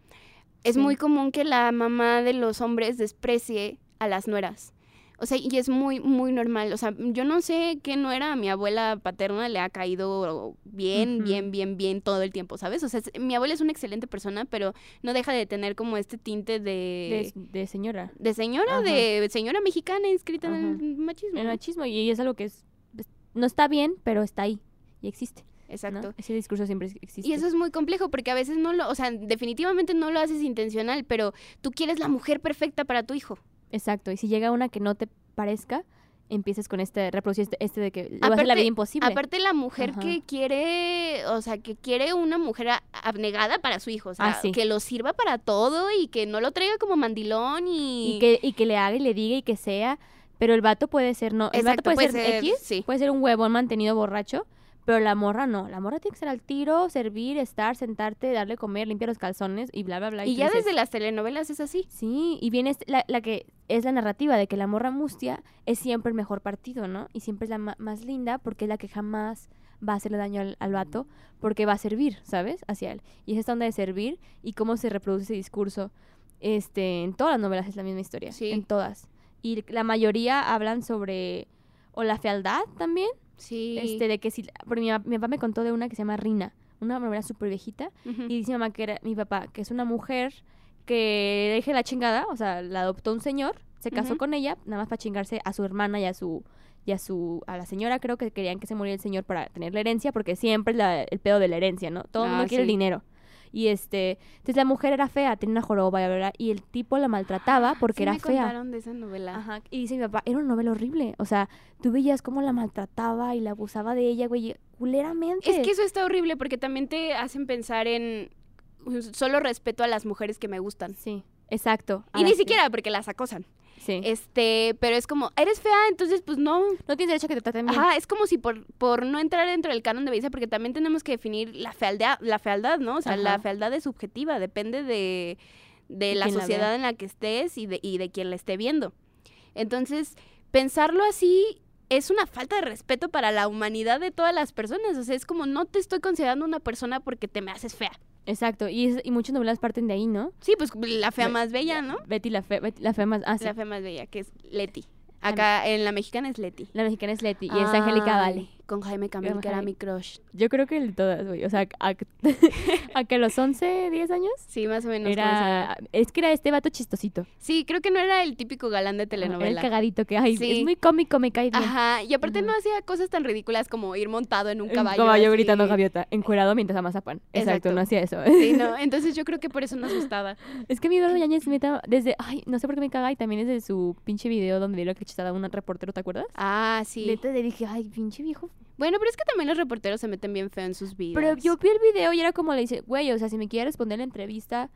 A: es
B: Sí.
A: muy común que la mamá de los hombres desprecie a las nueras. O sea, y es muy, muy normal. O sea, yo no sé qué nuera a mi abuela paterna le ha caído bien,
B: Ujú.
A: bien, bien, bien todo el tiempo, ¿sabes? O sea, es- mi abuela es una excelente persona, pero no deja de tener como este tinte
B: De,
A: de...
B: de señora.
A: De, señora,
B: Ajá.
A: de señora mexicana inscrita en
B: Ajá.
A: el machismo.
B: El
A: ¿no?
B: machismo. Y es algo que es, pues, no está bien, pero está ahí. Y existe. ¿no?
A: Exacto.
B: Ese discurso siempre existe.
A: Y eso es muy complejo porque a veces no lo, o sea, definitivamente no lo haces intencional, pero tú quieres la mujer perfecta para tu hijo.
B: Exacto. Y si llega una que no te parezca, empiezas con este, reproducir este, este de que le va a hacer la
A: Aparte-
B: vida imposible.
A: Aparte la mujer
B: Ajá.
A: que quiere, o sea, que quiere una mujer a- abnegada para su hijo, o sea,
B: Ah, sí.
A: que lo sirva para todo y que no lo traiga como mandilón y,
B: y que, y que le haga y le diga y que sea. Pero el vato puede ser, no. El
A: Exacto,
B: vato puede,
A: puede
B: ser,
A: ser,
B: X,
A: sí.
B: puede ser un huevón mantenido borracho. Pero la morra no. La morra tiene que ser al tiro, servir, estar, sentarte, darle comer, limpiar los calzones y bla, bla, bla.
A: y
B: tú
A: ya
B: dices,
A: desde las telenovelas es así.
B: Sí, y viene este- la, la que es la narrativa de que la morra mustia es siempre el mejor partido, ¿no? Y siempre es la ma- más linda porque es la que jamás va a hacerle daño al, al vato porque va a servir, ¿sabes? Hacia él. Y es esta onda de servir y cómo se reproduce ese discurso. Este, en todas las novelas es la misma historia,
A: Sí.
B: en todas. Y la mayoría hablan sobre o la fealdad también,
A: Sí.
B: este de que si porque mi, ma- mi papá me contó de una que se llama Rina, una novela súper viejita
A: Ujú.
B: y dice mi mamá que era mi papá, que es una mujer que deje la chingada, o sea, la adoptó un señor, se casó
A: Ujú.
B: con ella, nada más para chingarse a su hermana y a su y a su a la señora, creo que querían que se muriera el señor para tener la herencia, porque siempre es la- el pedo de la herencia, ¿no? Todo el mundo
A: Ah,
B: quiere el
A: sí.
B: dinero. Y este, entonces la mujer era fea, tenía una joroba, bla, bla, bla, y el tipo la maltrataba porque
A: Sí
B: era
A: me
B: fea.
A: contaron de esa novela.
B: Ajá, y dice mi papá, era una novela horrible, o sea, tú veías cómo la maltrataba y la abusaba de ella, güey, culeramente.
A: Es que eso está horrible porque también te hacen pensar en solo respeto a las mujeres que me gustan.
B: Sí, exacto.
A: Y
B: Ahora
A: ni
B: sí.
A: siquiera porque las acosan.
B: Sí.
A: Este, pero es como, eres fea, entonces pues no.
B: No tienes derecho a que te traten bien.
A: Ajá, es como si por, por no entrar dentro del canon de belleza, porque también tenemos que definir la fealdad, la fealdad, ¿no? O sea, la
B: Ajá.
A: fealdad es subjetiva, depende de, de
B: De
A: la
B: quién la
A: sociedad
B: vea.
A: en la que estés y de, y de quien la esté viendo. Entonces, pensarlo así es una falta de respeto para la humanidad de todas las personas. O sea, es como, no te estoy considerando una persona porque te me haces fea.
B: Exacto. Y, es- y muchas novelas parten de ahí, ¿no?
A: Sí, pues la fea
B: Ve-
A: más bella, ¿no?
B: Betty la fe, Betty la fe más. Ah, sí.
A: La fea más bella, que es Leti. Acá en la mexicana es Leti.
B: La mexicana es Letty y es Angélica
A: Ay,
B: Vale.
A: Ah, Con Jaime Camil,
B: Con
A: que era
B: Jaime.
A: mi crush.
B: Yo creo que el de todas, güey. O sea, a, a que a los 11, 10 años
A: Sí, más o menos. como esa.
B: era. Es que era este vato chistosito.
A: Sí, creo que no era el típico galán de
B: Ajá, era El
A: telenovela.
B: cagadito que hay.
A: Sí.
B: Es muy cómico, me cae bien.
A: Ajá, y aparte no
B: Ajá.
A: hacía cosas tan ridículas como ir montado en un
B: Un
A: caballo. así.
B: gritando gaviota, encuerado mientras amasa pan. Exacto,
A: Exacto.
B: no hacía eso.
A: Sí, no, entonces yo creo que por eso nos gustaba.
B: Es que mi Eduardo Yañez neta, desde, ay, no sé por qué me caga y también desde su pinche video donde dio la cachetaba a un reportero, ¿te acuerdas?
A: Ah, sí.
B: Neta, le dije, ay, pinche viejo
A: Bueno, pero es que también los reporteros se meten bien feo en sus videos.
B: Pero yo vi el video y era como le dice, güey, o sea, si me quiere responder la entrevista,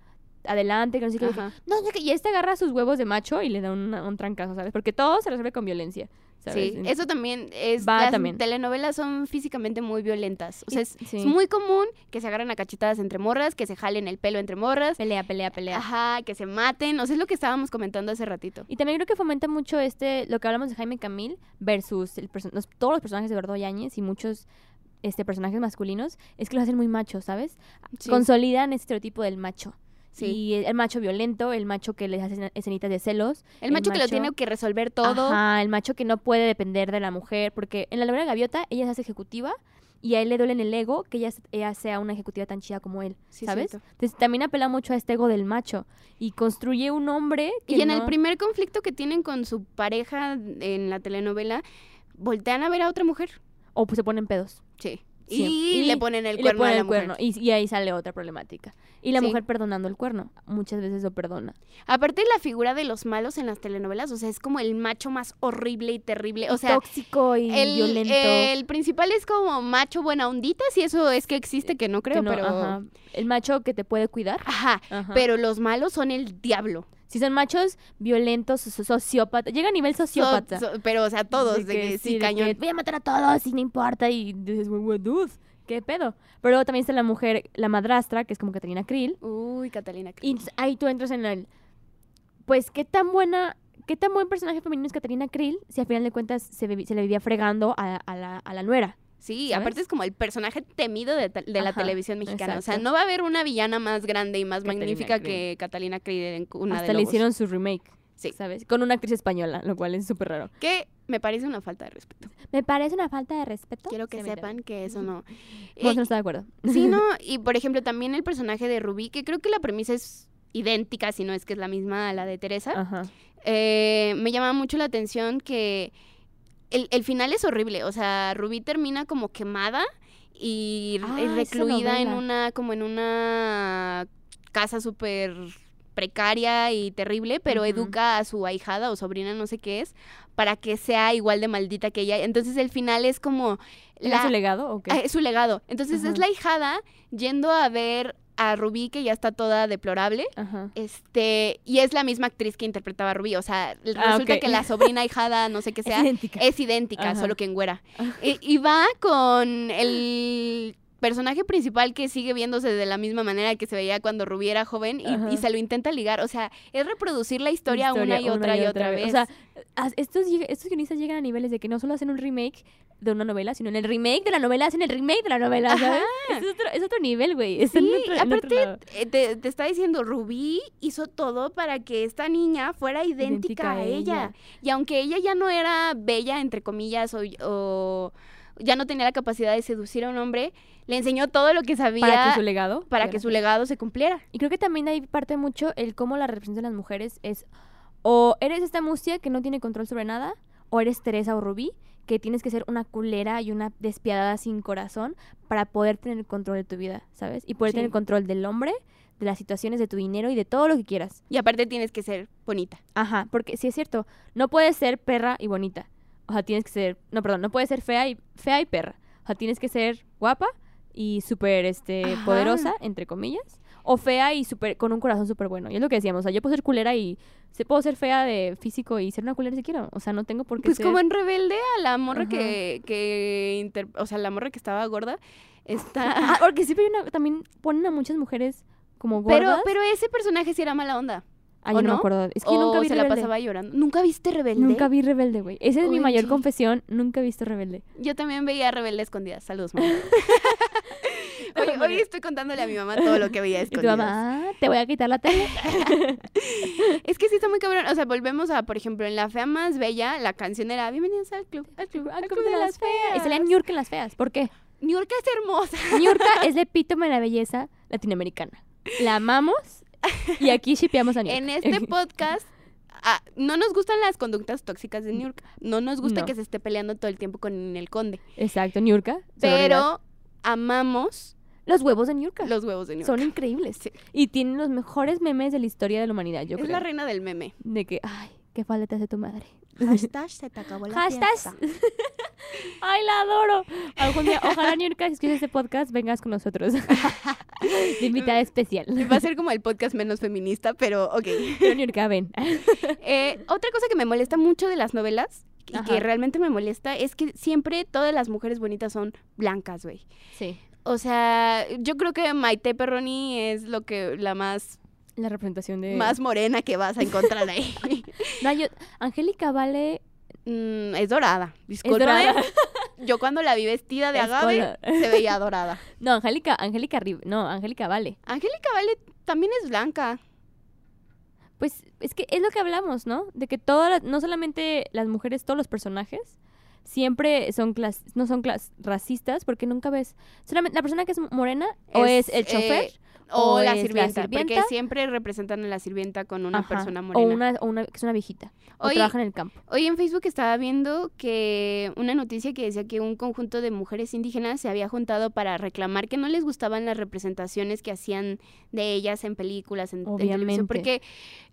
B: adelante, que no sé qué.
A: Ajá.
B: No, no, que- y este agarra sus huevos de macho y le da una- un trancazo, ¿sabes? Porque todo se resuelve con violencia, ¿sabes?
A: Sí, eso también es.
B: Va
A: las
B: también.
A: telenovelas son físicamente muy violentas. O sea, es,
B: Sí.
A: es muy común que se agarren a cachetadas entre morras, que se jalen el pelo entre morras.
B: Pelea, pelea, pelea.
A: Ajá, que se maten. O sea, es lo que estábamos comentando hace ratito.
B: Y también creo que fomenta mucho este, lo que hablamos de Jaime Camil versus el perso- los- todos los personajes de Eduardo Yáñez y muchos este, personajes masculinos, es que los hacen muy machos, ¿sabes?
A: Sí.
B: Consolidan este estereotipo del macho.
A: Sí.
B: Y el, el macho violento, el macho que les hace escenitas de celos,
A: El
B: el
A: macho que lo
B: macho-
A: tiene que resolver todo.
B: Ajá, el macho que no puede depender de la mujer, porque en la novela Gaviota ella se hace ejecutiva y a él le duele en el ego que ella, se- ella sea una ejecutiva tan chida como él,
A: Sí,
B: ¿sabes?
A: cierto.
B: Entonces también apela mucho a este ego del macho y construye un hombre que
A: Y en el
B: no-
A: primer conflicto que tienen con su pareja en la telenovela, voltean a ver a otra mujer.
B: o pues se ponen pedos.
A: Sí.
B: Sí.
A: Y,
B: Y-
A: le ponen el
B: y
A: cuerno
B: le ponen
A: a la
B: el cuerno
A: mujer.
B: y, y ahí sale otra problemática. Y la
A: Sí.
B: mujer perdonando el cuerno, muchas veces lo perdona.
A: Aparte la figura de los malos en las telenovelas, o sea, es como el macho más horrible y terrible. O sea,
B: Tóxico y
A: el,
B: violento.
A: el principal es como macho buena ondita, si eso es que existe, que no
B: que
A: creo,
B: no-
A: pero... Ajá.
B: ajá. El macho que te puede cuidar. Ajá.
A: pero los malos son el diablo.
B: Si son machos violentos, so- sociópatas, llega a nivel sociópata.
A: So- so- pero, o sea, todos, de, que, sí,
B: de
A: cañón.
B: que voy a matar a todos y no importa. Y dices, "Güey, güey, dude, ¿qué pedo? Pero luego también está la mujer, la madrastra, que es como Catalina Krill.
A: Uy, Catalina.
B: Y
A: Krill.
B: entonces ahí tú entras en el. Pues qué tan buena. Qué tan buen personaje femenino es Catalina Krill si al final de cuentas se, bebi- se le vivía fregando a, a la, a la nuera.
A: Sí,
B: ¿sabes?
A: aparte es como el personaje temido de, ta- de la
B: Ajá,
A: televisión mexicana. O sea,
B: exacto.
A: no va a haber una villana más grande y más
B: Catalina
A: magnífica
B: Krill.
A: que Catalina Creed en Cuna
B: Hasta
A: de
B: le
A: Lobos.
B: hicieron su remake.
A: Sí.
B: ¿Sabes? Con una actriz española, lo cual es súper raro.
A: Que me parece una falta de respeto.
B: Me parece una falta de respeto.
A: Quiero que sepan que eso no...
B: Vos
A: Eh,
B: no está de acuerdo.
A: Sí, ¿no? Y por ejemplo, también el personaje de Rubí, que creo que la premisa es idéntica, si no es que es la misma a la de Teresa.
B: Ajá.
A: Eh, me llamaba mucho la atención que el, el final es horrible. O sea, Rubí termina como quemada y r-
B: Ah, esa
A: recluida en
B: novela.
A: una, como en una casa súper precaria y terrible, pero
B: Ujú.
A: educa a su ahijada o sobrina, no sé qué es, para que sea igual de maldita que ella. Entonces el final es como
B: ¿Era su legado o qué?
A: Ah, es su legado. Entonces es
B: Ajá.
A: la hijada yendo a ver a Rubí, que ya está toda deplorable.
B: Ajá.
A: Este, y es la misma actriz que interpretaba a Rubí. O sea, resulta
B: Ah, ok.
A: que la sobrina hijada, no sé qué sea,
B: es
A: es
B: idéntica.
A: idéntica,
B: Ajá. Ah.
A: solo que en güera. Y, y va con el personaje principal que sigue viéndose de la misma manera que se veía cuando Rubí era joven y,
B: Ajá.
A: y se lo intenta ligar. O sea, es reproducir la historia, una y otra, y otra, vez.
B: O sea, as- estos, lleg- estos guionistas llegan a niveles de que no solo hacen un remake de una novela, sino en el remake de la novela hacen el remake de la novela, ¿sabes? Es otro, es otro nivel, güey. Está en
A: Sí,
B: otro- en otro
A: aparte,
B: lado.
A: eh, te, te está diciendo, Rubí hizo todo para que esta niña fuera idéntica, a ella. Y aunque ella ya no era bella, entre comillas, o, o ya no tenía la capacidad de seducir a un hombre, le enseñó todo lo que sabía
B: Para que su legado. fuera.
A: legado se cumpliera.
B: Y creo que también ahí parte mucho el cómo la representan las mujeres es o eres esta mustia que no tiene control sobre nada, o eres Teresa o Rubí, que tienes que ser una culera y una despiadada sin corazón para poder tener el control de tu vida, ¿sabes? Y poder
A: Sí.
B: tener control del hombre, de las situaciones, de tu dinero y de todo lo que quieras.
A: Y aparte tienes que ser bonita.
B: Ajá, porque sí es cierto, no puedes ser perra y bonita. O sea, tienes que ser, no, perdón, no puedes ser fea y fea y perra. O sea, tienes que ser guapa y súper este
A: Ajá.
B: poderosa, entre comillas, o fea y súper con un corazón súper bueno. Y es lo que decíamos, o sea, yo puedo ser culera y se puedo ser fea de físico y ser una culera si quiero. O sea, no tengo por qué
A: Pues
B: ser
A: como en Rebelde, a la morra
B: Ajá.
A: que, que inter- o sea, la morra que estaba gorda,
B: Ah,
A: está...
B: porque siempre hay una- también ponen a muchas mujeres como
A: Pero,
B: gordas.
A: pero ese personaje sí era mala onda.
B: Ah, yo
A: ¿o
B: no me
A: no?
B: acuerdo. Es que
A: o
B: yo nunca vi
A: se la
B: Rebelde.
A: pasaba llorando. ¿Nunca viste Rebelde?
B: Nunca vi Rebelde, güey. Esa es mi mayor
A: OMG.
B: confesión, nunca he visto Rebelde.
A: Yo también veía Rebelde escondida. Saludos, mamá. hoy, hoy estoy contándole a mi mamá todo lo que veía
B: Y tu
A: escondida.
B: mamá, "Ah, te voy a quitar la tele.
A: Es que sí está muy cabrón. O sea, volvemos a, por ejemplo, en La Fea Más Bella, la canción era Bienvenidos al club, al club, al club de las feas.
B: Y salía New York en las feas. ¿Por qué?
A: New York es hermosa.
B: New York es el epítome de la belleza latinoamericana. La amamos y aquí shipeamos a New York.
A: En este podcast... ah, no nos gustan las conductas tóxicas de New York. No nos gusta
B: No.
A: que se esté peleando todo el tiempo con el conde.
B: Exacto, New York.
A: Pero amamos
B: Los huevos de New York
A: los huevos de New York.
B: son increíbles.
A: Sí.
B: Y tienen los mejores memes de la historia de la humanidad, yo
A: es
B: creo.
A: la reina del meme.
B: de que, ay, qué falta te hace tu madre.
A: Hashtag se te acabó
B: Hashtags. Ay, la adoro. Algún día, ojalá New York, si escuches este podcast, vengas con nosotros. De invitada especial.
A: Va a ser como el podcast menos feminista, pero ok.
B: Pero New York, ven.
A: Eh, otra cosa que me molesta mucho de las novelas y
B: Ajá.
A: que realmente me molesta es que siempre todas las mujeres bonitas son blancas, güey.
B: Sí.
A: O sea, yo creo que Maite Perroni es lo que la más
B: La representación de...
A: más morena que vas a encontrar ahí.
B: No, yo- Angélica Vale...
A: Mm, es dorada. Disculpa.
B: dorada.
A: Yo cuando la vi vestida de
B: Es
A: agave
B: color.
A: se veía dorada.
B: No, Angélica, Angélica Rib- No, Angélica Vale.
A: Angélica Vale también es blanca.
B: Pues es que es lo que hablamos, ¿no? De que todas, las- no solamente las mujeres, todos los personajes siempre son clas, no son clas racistas porque nunca ves solamente la persona que es morena o es el chofer
A: eh, o,
B: o
A: la
B: es la
A: sirvienta,
B: sirvienta.
A: Porque siempre representan a la sirvienta con una
B: Ajá,
A: persona
B: o
A: morena.
B: una o una que es una viejita o
A: Oye,
B: trabaja en el campo.
A: Hoy en Facebook estaba viendo que una noticia que decía que un conjunto de mujeres indígenas se había juntado para reclamar que no les gustaban las representaciones que hacían de ellas en películas, en, en
B: Obviamente.
A: televisión, porque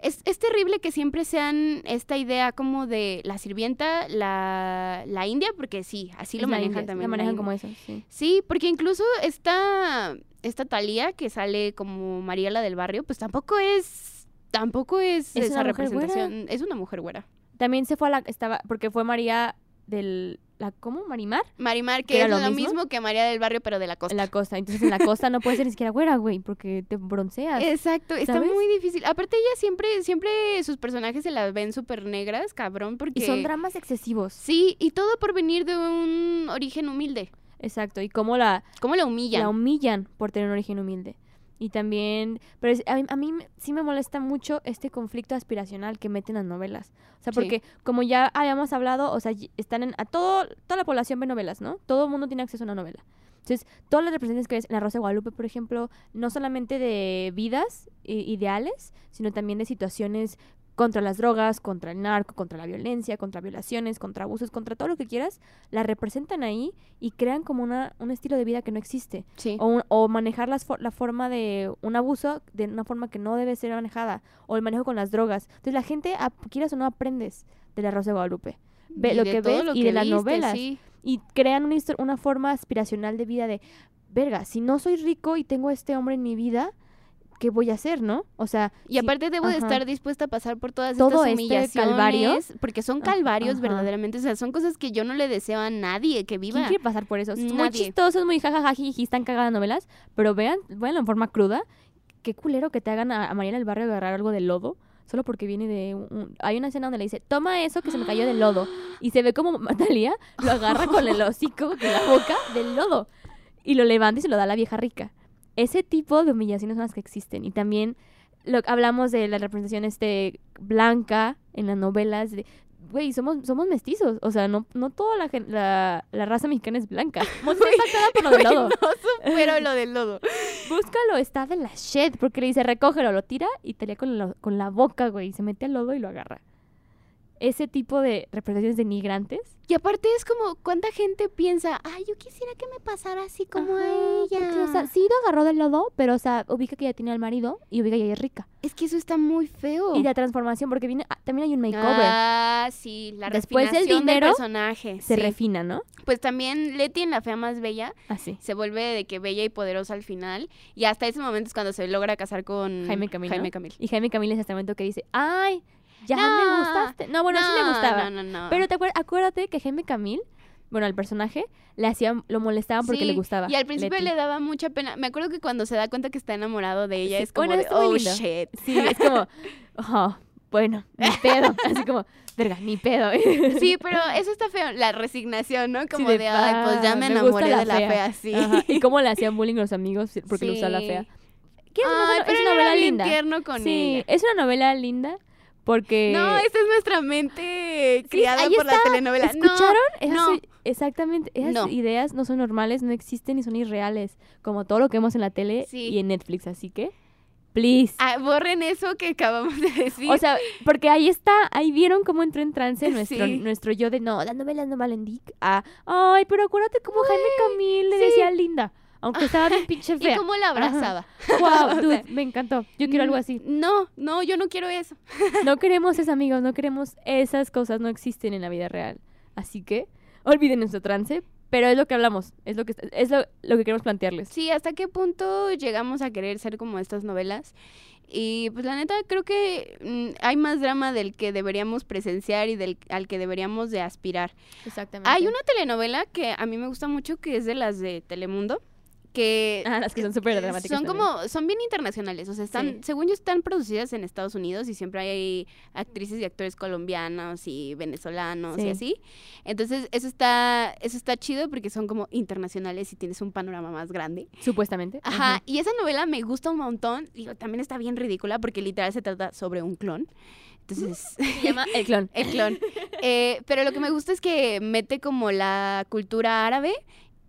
A: es, es terrible que siempre sean esta idea como de la sirvienta, la, la india, porque sí, así
B: Es
A: lo
B: la
A: manejan
B: india,
A: también.
B: La
A: la
B: manejan
A: india.
B: como eso, sí.
A: Sí, porque incluso esta, esta Talía que sale como Mariela del Barrio, pues tampoco es tampoco es,
B: ¿Es
A: esa
B: una mujer güera?
A: representación. Es una mujer güera.
B: También se fue a la... Estaba, porque fue María del... La, ¿Cómo? ¿Marimar?
A: Marimar,
B: ¿Que
A: que
B: era
A: es
B: lo
A: lo,
B: mismo?
A: mismo? que María del Barrio, pero de la costa.
B: En la costa. Entonces en la costa no puedes ser ni siquiera güera, güey, porque te bronceas.
A: Exacto, está
B: ¿Sabes?
A: muy difícil. Aparte, ella siempre, siempre sus personajes se las ven súper negras, cabrón, porque...
B: Y son dramas excesivos.
A: Sí, y todo por venir de un origen humilde.
B: Exacto. Y cómo la,
A: ¿Cómo la humillan?
B: la humillan por tener un origen humilde. Y también, pero es- a, mí, a mí me- sí me molesta mucho este conflicto aspiracional que meten las novelas. O sea,
A: Sí.
B: porque como ya habíamos hablado, o sea, y- están en, a todo, toda la población ve novelas, ¿no? Todo el mundo tiene acceso a una novela. Entonces, todas las representaciones que ves en La Rosa de Guadalupe, por ejemplo, no solamente de vidas i- ideales, sino también de situaciones contra las drogas, contra el narco, contra la violencia, contra violaciones, contra abusos, contra todo lo que quieras, la representan ahí y crean como una, un estilo de vida que no existe
A: sí.
B: o, un- o manejar las for- la forma de un abuso de una forma que no debe ser manejada o el manejo con las drogas entonces la gente ap- quieras o no aprendes de la Rosa de Guadalupe ve
A: Y
B: lo
A: de
B: que
A: todo
B: ves
A: lo
B: y
A: que
B: de las
A: viste,
B: novelas.
A: sí.
B: y crean una, histo- una forma aspiracional de vida de verga si no soy rico y tengo a este hombre en mi vida qué voy a hacer no o sea
A: Y
B: si-
A: aparte debo de
B: ajá.
A: estar dispuesta a pasar por todas
B: Todo
A: estas
B: este
A: humillaciones.
B: calvario.
A: Porque son
B: Ah,
A: calvarios
B: ajá.
A: verdaderamente. O sea, son cosas que yo no le deseo a nadie que
B: ¿Quién
A: viva.
B: quiere pasar por eso? Es muy
A: Nadie.
B: chistoso, es muy jajaja, jiji, están cagadas novelas, pero vean, véanlo en forma cruda. Qué culero que te hagan a, a María del Barrio agarrar algo de lodo, solo porque viene de un, un- Hay una escena donde le dice, toma eso que se me cayó del lodo. Y se ve como Natalia lo agarra con el hocico, con la boca, del lodo. Y lo levanta y se lo da a la vieja rica. Ese tipo de humillaciones son las que existen. Y también lo, hablamos de la representación este, blanca en las novelas, de- Güey, somos, somos mestizos. O sea, no, no toda la, gen- la, la raza mexicana es blanca. Monse está clara por lo del
A: Güey,
B: lodo.
A: no supero lo del lodo.
B: Búscalo, está de la shit. Porque le dice, recógelo, lo tira y talía con, lo- con la boca, güey. Y se mete al lodo y lo agarra. Ese tipo de representaciones denigrantes.
A: Y aparte es como, ¿cuánta gente piensa? Ay, yo quisiera que me pasara así como
B: Ajá,
A: a ella.
B: porque, o sea, sí lo agarró del lodo, pero, o sea, ubica que ya tiene al marido y ubica que ya es rica.
A: Es que eso está muy feo.
B: Y la transformación, porque viene, ah, también hay un makeover.
A: Ah, sí, la
B: Después
A: Después
B: del
A: refinación del,
B: dinero,
A: personaje.
B: se
A: sí.
B: refina, ¿no?
A: Pues también Leti en La Fea Más Bella
B: Así.
A: se vuelve de que bella y poderosa al final. Y hasta ese momento es cuando se logra casar con
B: Jaime Camil, ¿no?
A: Jaime Camil.
B: Y Jaime Camil es hasta el momento que dice, ay, ya me
A: No,
B: gustaste. No, bueno, sí le
A: No,
B: gustaba.
A: No, no, no.
B: Pero te acuer- acuérdate que Jaime Camil, bueno, al personaje, le hacían, lo molestaban porque
A: Sí,
B: le gustaba.
A: Y al principio
B: Leti.
A: le daba mucha pena. Me acuerdo que cuando se da cuenta que está enamorado de ella
B: Sí,
A: es como
B: bueno,
A: de,
B: está muy
A: oh
B: lindo".
A: shit.
B: Sí, es como, "Oh, bueno, ni pedo. Así como, verga, ni pedo.
A: Sí, pero eso está feo, la resignación, ¿no? Como
B: de,
A: de, ay, pues ya me
B: "Ah, me gusta
A: enamoré
B: la
A: de la
B: fea".
A: fea, sí.
B: Ajá, Y cómo le hacían bullying los amigos porque le usaba la
A: Sí.
B: fea. ¿Qué es una
A: Ay,
B: novela-
A: pero
B: es
A: él
B: una
A: era
B: novela
A: bien
B: linda.
A: tierno con
B: sí,
A: ella.
B: es una novela linda porque...
A: No, esta es nuestra mente
B: Sí,
A: criada
B: ahí
A: por la
B: está.
A: telenovela.
B: ¿Escucharon? Esas
A: no.
B: i- exactamente, esas
A: No.
B: ideas no son normales, no existen y son irreales, como todo lo que vemos en la tele
A: Sí.
B: y en Netflix, así que please.
A: No, ah, borren eso que acabamos de decir.
B: O sea, porque ahí está, ahí vieron cómo entró en trance nuestro,
A: Sí.
B: nuestro yo de no, las novelas no valen dick. a, ay, pero acuérdate cómo Jaime Camil le
A: sí.
B: decía linda, aunque estaba bien pinche
A: y
B: fea.
A: cómo la abrazaba. Mm,
B: Wow, dude, me encantó. Yo quiero algo así.
A: No, no, yo no quiero eso.
B: No queremos eso, amigos, no queremos esas cosas, no existen en la vida real. Así que olviden nuestro trance, pero es lo que hablamos, es lo que es lo, lo que queremos plantearles.
A: Sí, ¿hasta qué punto llegamos a querer ser como estas novelas? Y pues la neta creo que mm, hay más drama del que deberíamos presenciar y del al que deberíamos de aspirar.
B: Exactamente.
A: Hay una telenovela que a mí me gusta mucho que es de las de Telemundo, que
B: Ah, las que son súper dramáticas.
A: Eh, son
B: también.
A: como son bien internacionales, o sea, están
B: Sí.
A: según yo están producidas en Estados Unidos y siempre hay actrices y actores colombianos y venezolanos
B: Sí.
A: y así. Entonces, eso está eso está chido porque son como internacionales y tienes un panorama más grande.
B: supuestamente.
A: Ajá, y esa novela me gusta un montón. Digo, también está bien ridícula porque literal se trata sobre un clon. Entonces,
B: Se llama El clon.
A: el clon. Eh, pero lo que me gusta es que mete como la cultura árabe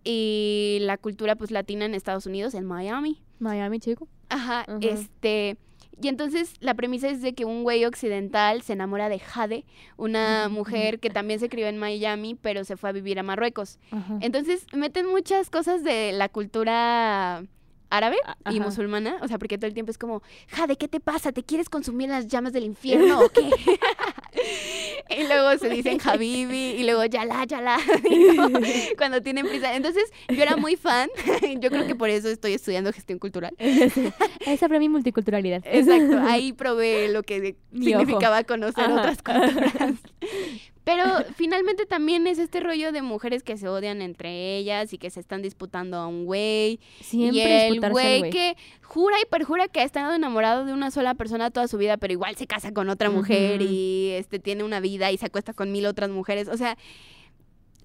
A: y la cultura pues latina en Estados Unidos, en Miami.
B: Miami, chico.
A: Ajá,
B: Ajá.
A: este... Y entonces la premisa es de que un güey occidental se enamora de Jade, una mujer que también se crió en Miami, pero se fue a vivir a Marruecos.
B: Ajá.
A: Entonces meten muchas cosas de la cultura árabe y
B: A- Ah, ajá.
A: musulmana, o sea, porque todo el tiempo es como, Jade, ¿qué te pasa? ¿Te quieres consumir las llamas del infierno o qué? Y luego se dicen Habibi y luego yala, yala, y como, cuando tienen prisa. Entonces, yo era muy fan, yo creo que por eso estoy estudiando gestión cultural.
B: Esa para mi multiculturalidad.
A: Exacto, ahí probé lo que
B: Mi
A: significaba conocer
B: Ajá.
A: otras culturas. Pero finalmente también es este rollo de mujeres que se odian entre ellas y que se están disputando a un güey
B: Siempre
A: y el
B: disputarse al
A: güey que jura y perjura que ha estado enamorado de una sola persona toda su vida, pero igual se casa con otra mujer
B: Ujú.
A: y este tiene una vida y se acuesta con mil otras mujeres. O sea,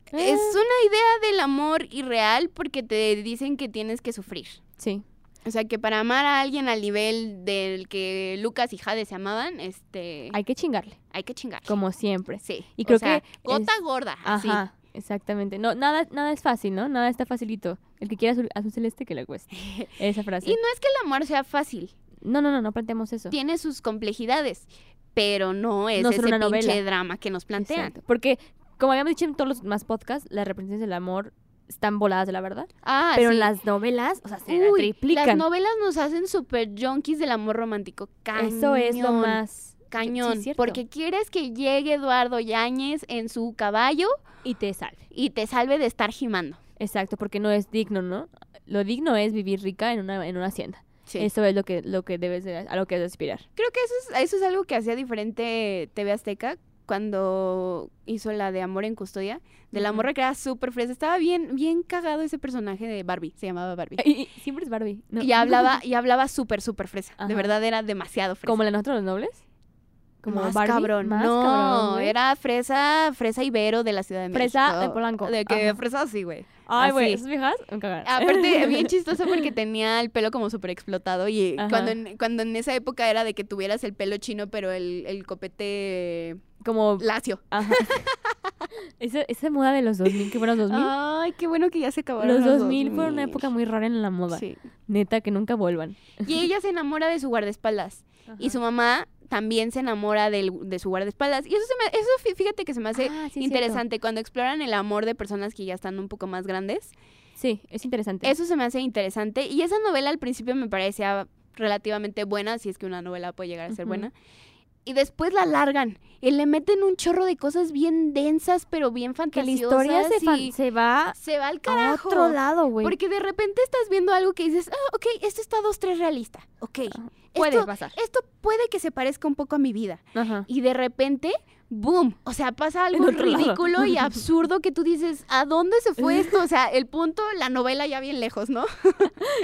B: Eh,
A: es una idea del amor irreal porque te dicen que tienes que sufrir.
B: Sí.
A: O sea, que para amar a alguien al nivel del que Lucas y Jade se amaban, este, hay,
B: Hay que chingarle,
A: que chingar.
B: como siempre.
A: Sí.
B: Y
A: o
B: creo
A: sea,
B: que es-
A: gota gorda. así.
B: Ajá, exactamente. No, nada, nada es fácil, ¿no? Nada está facilito. El que quiera azul, azul celeste que le cueste. Esa frase.
A: Y no es que el amor sea fácil.
B: No, no, no, no planteamos eso.
A: tiene sus complejidades, pero no es
B: No
A: ese
B: ser una
A: pinche
B: novela.
A: drama que nos plantean.
B: Exacto. Porque, como habíamos dicho en todos los más podcasts, las representaciones del amor están voladas, la verdad.
A: Ah,
B: Pero
A: sí.
B: en las novelas, o sea, se la
A: Uy,
B: triplican.
A: Las novelas nos hacen super junkies del amor romántico. Cañón,
B: Eso es lo más.
A: Cañón.
B: Sí, cierto.
A: porque quieres que llegue Eduardo Yáñez en su caballo
B: Y te salve.
A: y te salve de estar gimando.
B: Exacto, porque no es digno, ¿no? Lo digno es vivir rica en una, en una hacienda. Eso es lo que, lo que debes de, a lo que debes aspirar.
A: Creo que eso es, eso es algo que hacía diferente TV Azteca cuando hizo la de Amor en Custodia. De la
B: Ujú.
A: morra que era súper fresa. Estaba bien, bien cagado ese personaje de Barbie. Se llamaba Barbie.
B: Y, y siempre es Barbie. ¿no?
A: Y hablaba, y hablaba súper, súper fresa.
B: Ajá.
A: De verdad era demasiado fresa.
B: ¿Como la de nosotros los nobles? ¿Como
A: más
B: Barbie?
A: cabrón.
B: Más
A: no,
B: cabrón, güey.
A: era fresa, fresa ibero de la Ciudad de México.
B: Fresa de Polanco.
A: De que
B: Ajá.
A: fresa sí, güey.
B: Ay, güey,
A: así.
B: esas viejas, me cagaron.
A: Aparte, bien chistoso porque tenía el pelo como súper explotado y
B: Ajá.
A: cuando en, cuando en esa época era de que tuvieras el pelo chino pero el, el copete
B: Como...
A: lacio.
B: Ajá. esa, esa moda de los 2000, que fueron los 2000.
A: Ay, qué bueno que ya se acabaron
B: los 2000 fueron una época muy rara en la moda.
A: Sí.
B: Neta, que nunca vuelvan.
A: Y ella se enamora de su guardaespaldas. Y su mamá también se enamora del- de su guardaespaldas. Y eso, se me- eso fí- fíjate que se me hace
B: Ah, sí, es
A: interesante. Cuando exploran el amor de personas que ya están un poco más grandes,
B: Sí, es interesante.
A: eso se me hace interesante. Y esa novela al principio me parecía relativamente buena, si es que una novela puede llegar a ser
B: Ujú.
A: buena. Y después la largan y le meten un chorro de cosas bien densas, pero bien
B: que la
A: fantasiosas.
B: historia se, fan-
A: y
B: se va
A: se va al
B: a
A: carajo.
B: otro lado, güey.
A: Porque de repente estás viendo algo que dices, ah, ok, esto está dos, tres realista. Ok.
B: Ah,
A: Puede
B: puede
A: esto,
B: pasar.
A: esto puede que se parezca un poco a mi vida.
B: Ajá.
A: Y de repente, ¡boom! O sea, pasa algo
B: En otro lado.
A: ridículo y absurdo que tú dices, ¿a dónde se fue esto? O sea, el punto, la novela ya bien lejos, ¿no?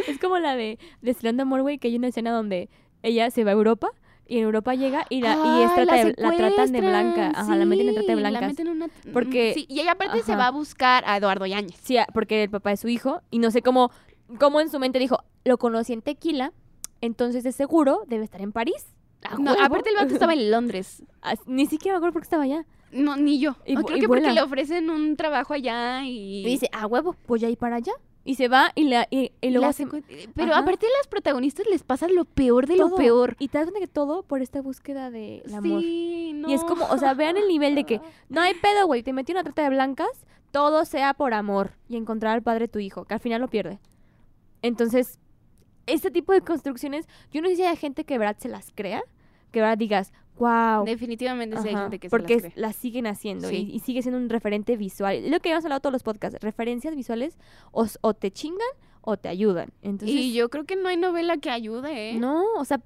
B: Es como la de Destilando Amor, güey, que hay una escena donde ella se va a Europa y en Europa llega y la, y es
A: Ah,
B: trata de- la tratan de
A: secuestran,
B: blanca. Ajá, la meten en trata de
A: sí, la
B: blancas.
A: meten en una- mm,
B: Porque-
A: Sí, y ella aparte se
B: ajá.
A: va a buscar a Eduardo Yáñez.
B: Sí, a- porque el papá es su hijo y no sé cómo, cómo en su mente dijo, lo conocí en Tequila, entonces de seguro debe estar en París. ¿A
A: No,
B: huevo?
A: aparte el vato estaba en Londres.
B: Ah, Ni siquiera me acuerdo por qué estaba allá.
A: No, ni yo.
B: Y
A: O
B: vu-
A: creo
B: y
A: que porque
B: vuela.
A: le ofrecen un trabajo allá y... "Ah,
B: Y dice, a huevo,
A: pues
B: voy a ir para allá. Y se va y, la, y, y luego
A: la
B: se-
A: secu- Pero
B: Ajá.
A: aparte a las protagonistas les pasa lo peor de lo
B: todo.
A: peor.
B: Y te das cuenta que todo por esta búsqueda del amor.
A: Sí, no.
B: Y es como, o sea, vean el nivel de que no hay pedo, güey, te metí una trata de blancas, todo sea por amor y encontrar al padre de tu hijo, que al final lo pierde. Entonces, este tipo de construcciones, yo no sé si hay gente que de verdad se las crea, que de verdad digas, wow.
A: Definitivamente sí hay gente que se
B: porque
A: las
B: es-
A: cree.
B: las siguen haciendo
A: Sí.
B: y, y sigue siendo un referente visual. Es Lo que habíamos hablado todos los podcasts, referencias visuales os- o te chingan o te ayudan. Entonces,
A: y yo creo que no hay novela que ayude, ¿eh?
B: no, o sea,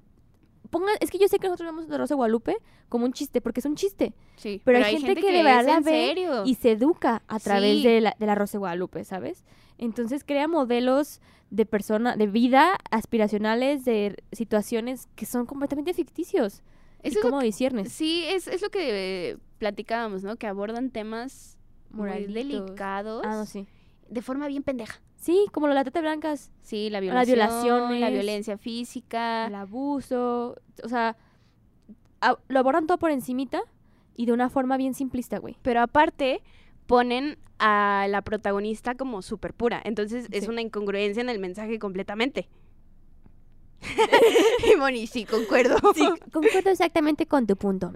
B: pongan, es que yo sé que nosotros vemos de Rosa de Guadalupe como un chiste, porque es un chiste.
A: Sí,
B: Pero hay gente que de
A: es
B: verdad la
A: en
B: ve
A: serio.
B: y se educa a través
A: Sí.
B: de, la, de la Rosa de Guadalupe, ¿sabes? Entonces crea modelos de persona, de vida, aspiracionales, de situaciones que son completamente ficticios. y
A: Eso es lo
B: como
A: que-
B: disiernes.
A: sí, es, es lo que eh, platicábamos, ¿no? Que abordan temas
B: Moralitos.
A: muy delicados
B: Ah, no, sí.
A: de forma bien pendeja.
B: Sí, como lo de la trata de blancas,
A: Sí, la
B: Las
A: violación, la
B: violaciones.
A: violencia física.
B: el abuso, o sea, a- lo abordan todo por encimita y de una forma bien simplista, güey.
A: Pero aparte ponen a la protagonista como súper pura. Entonces es
B: Sí.
A: una incongruencia en el mensaje completamente. y Moni, sí, concuerdo.
B: Sí, concuerdo exactamente con tu punto.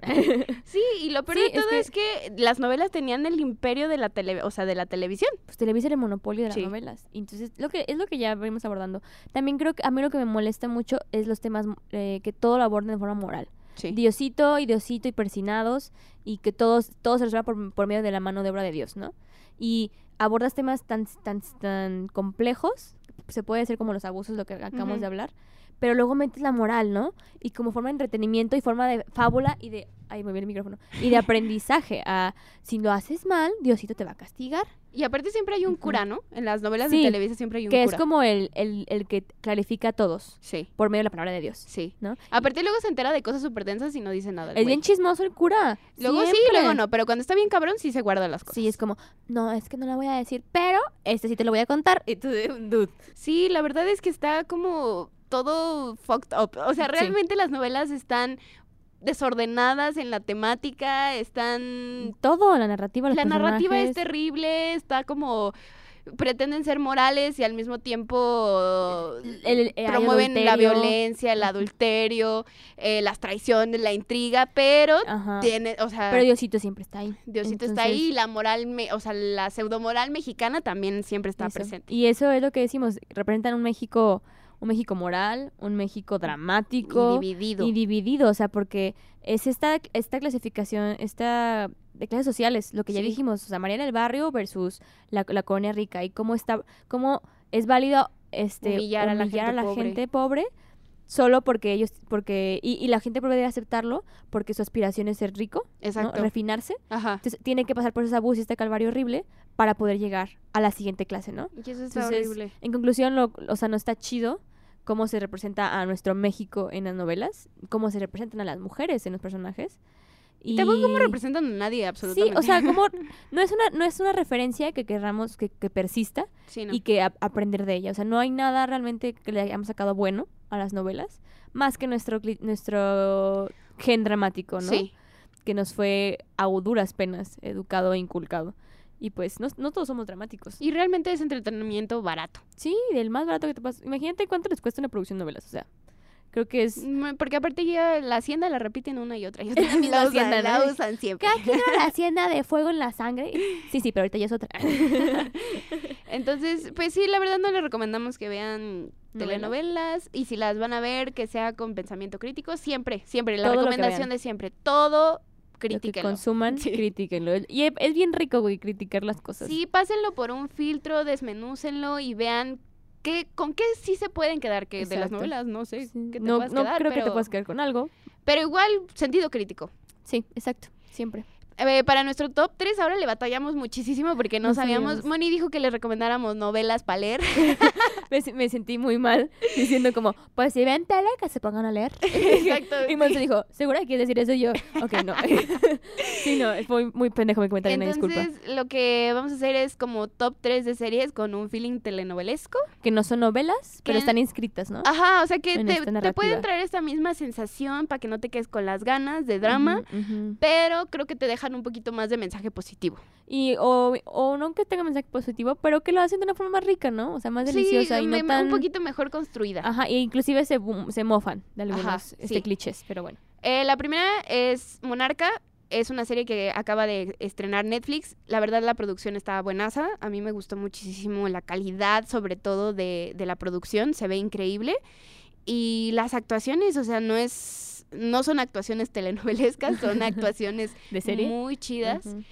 A: Sí, y lo peor
B: Sí,
A: de
B: es
A: todo
B: que-
A: es que... las novelas tenían el imperio de la tele, o sea, de la televisión.
B: pues Televisa era el monopolio de las
A: Sí.
B: novelas. Y Entonces, lo que es lo que ya venimos abordando. También creo que a mí lo que me molesta mucho es los temas eh, que todo lo aborden de forma moral.
A: Sí.
B: Diosito y Diosito y persinados y que todos, todos se resuelva por, por medio de la mano de obra de Dios, ¿no? Y abordas temas tan, tan, tan complejos, se puede decir como los abusos, lo que acabamos
A: Ujú.
B: de hablar, pero luego metes la moral, ¿no? Y como forma de entretenimiento y forma de fábula y de... Ay, me vi el micrófono. Y de aprendizaje a... Si lo haces mal, Diosito te va a castigar.
A: Y aparte siempre hay un
B: Ujú.
A: cura, ¿no? En las novelas
B: Sí,
A: de Televisa siempre hay un
B: Que
A: cura.
B: es como el, el, el que clarifica a todos
A: Sí,
B: por medio de la palabra de Dios,
A: sí.
B: ¿no?
A: Aparte luego se entera de cosas súper densas y no dice nada. el
B: Es
A: Ah, güey.
B: bien chismoso el cura.
A: Luego sí,
B: siempre.
A: luego no, pero cuando está bien cabrón sí se guarda las cosas.
B: Sí, es como, no, es que no la voy a decir, pero este sí te lo voy a contar. Y tú, dude.
A: Sí, la verdad es que está como todo fucked up. O sea,
B: Sí.
A: realmente las novelas están desordenadas en la temática, están...
B: Todo, la narrativa, los
A: Mm. La narrativa es
B: personajes.
A: terrible, está como... Pretenden ser morales y al mismo tiempo
B: El- el- hay
A: promueven la
B: adulterio.
A: violencia, el
B: Ujú.
A: adulterio, eh, las traiciones, la intriga, pero
B: Ajá.
A: tiene, o sea,
B: Ah. Pero Diosito siempre está ahí.
A: Diosito está
B: Entonces,
A: ahí y la moral, me- o sea, la pseudomoral mexicana también siempre está
B: eso.
A: presente.
B: Y eso es lo que decimos, representan un México, un México moral, un México dramático.
A: Y dividido.
B: y dividido, o sea, porque es esta, esta clasificación, esta de clases sociales, lo que ya
A: Sí.
B: dijimos, o sea, María del Barrio versus la, la colonia rica y cómo está, cómo es válido este
A: Humillar a la
B: humillar
A: gente pobre.
B: gente pobre solo porque ellos, porque, y, y la gente pobre debe aceptarlo porque su aspiración es ser rico, ¿no?
A: Exacto.
B: refinarse,
A: Ajá.
B: entonces tiene que pasar por esos abusos y este calvario horrible para poder llegar a la siguiente clase, ¿no?
A: Y eso está
B: Entonces,
A: horrible.
B: en conclusión, lo- o sea, no está chido cómo se representa a nuestro México en las novelas, cómo se representan a las mujeres en los personajes.
A: Y tampoco como representan a nadie,
B: Sí,
A: absolutamente.
B: o sea, como no es una, no es una referencia que querramos que, que persista
A: Sí, no.
B: y que ap- aprender de ella. O sea, no hay nada realmente que le hayamos sacado bueno a las novelas, más que nuestro, cli- nuestro gen dramático, ¿no?
A: Sí.
B: Que nos fue a duras penas educado e inculcado. Y pues no, no todos somos dramáticos.
A: Y realmente es entretenimiento barato.
B: Sí, del más barato que te pasa. Imagínate cuánto les cuesta una producción de novelas, o sea. Creo que es...
A: Mm, Porque aparte ya la hacienda la repiten una y otra. Y otra.
B: misma
A: la,
B: hacienda,
A: usan, la
B: ¿no?
A: usan siempre.
B: Cada quien era la hacienda de fuego en la sangre. Sí, sí, pero ahorita ya es otra.
A: Entonces, pues sí, la verdad no les recomendamos que vean telenovelas y si las van a ver que sea con pensamiento crítico, siempre, siempre la
B: Todo lo que vean.
A: recomendación de siempre, todo
B: Lo que
A: crítiquenlo.
B: consuman,
A: Sí.
B: critíquenlo. Y e, es- es bien rico, güey, criticar las cosas.
A: Sí, pásenlo por un filtro, desmenúcenlo y vean qué con qué sí se pueden quedar que de las
B: Exacto.
A: novelas, no sé,
B: Sí.
A: qué pues, te
B: no
A: puedas
B: no
A: quedar,
B: creo
A: pero,
B: que te puedas quedar con algo.
A: pero igual sentido crítico.
B: Sí, exacto. Siempre.
A: Eh, para nuestro top 3 ahora le batallamos muchísimo porque no,
B: No
A: sabíamos.
B: sabíamos.
A: Moni dijo que le recomendáramos novelas para leer.
B: Me, se- me sentí muy mal diciendo como, pues si ven tele, que se pongan a leer.
A: Exacto,
B: y Monse
A: sí.
B: dijo, ¿segura que quieres decir eso? Y yo, ok, no. sí, no, fue muy pendejo mi comentario, una disculpa.
A: Entonces, lo que vamos a hacer es como top 3 de series con un feeling telenovelesco.
B: Que no son novelas, pero
A: Que-
B: están inscritas, ¿no?
A: Ajá, o sea que
B: En
A: te,
B: esta
A: te
B: narrativa.
A: pueden traer esta misma sensación para que no te quedes con las ganas de drama,
B: Ujú, ujú.
A: pero creo que te dejan un poquito más de mensaje positivo.
B: Y, o, o no que tenga mensaje positivo, pero que lo hacen de una forma más rica, ¿no? O sea, más deliciosa
A: sí,
B: y no
A: me-
B: tan...
A: un poquito mejor construida.
B: Ajá, e inclusive se, bu- se mofan de algunos
A: Ajá,
B: este,
A: sí.
B: clichés, pero bueno.
A: Eh, la primera es Monarca. Es una serie que acaba de estrenar Netflix. La verdad, la producción está buenaza. A mí me gustó muchísimo la calidad, sobre todo de, de la producción. Se ve increíble. Y las actuaciones, o sea, no es. No son actuaciones telenovelescas, son actuaciones
B: ¿De serie?
A: muy chidas.
B: Ujú.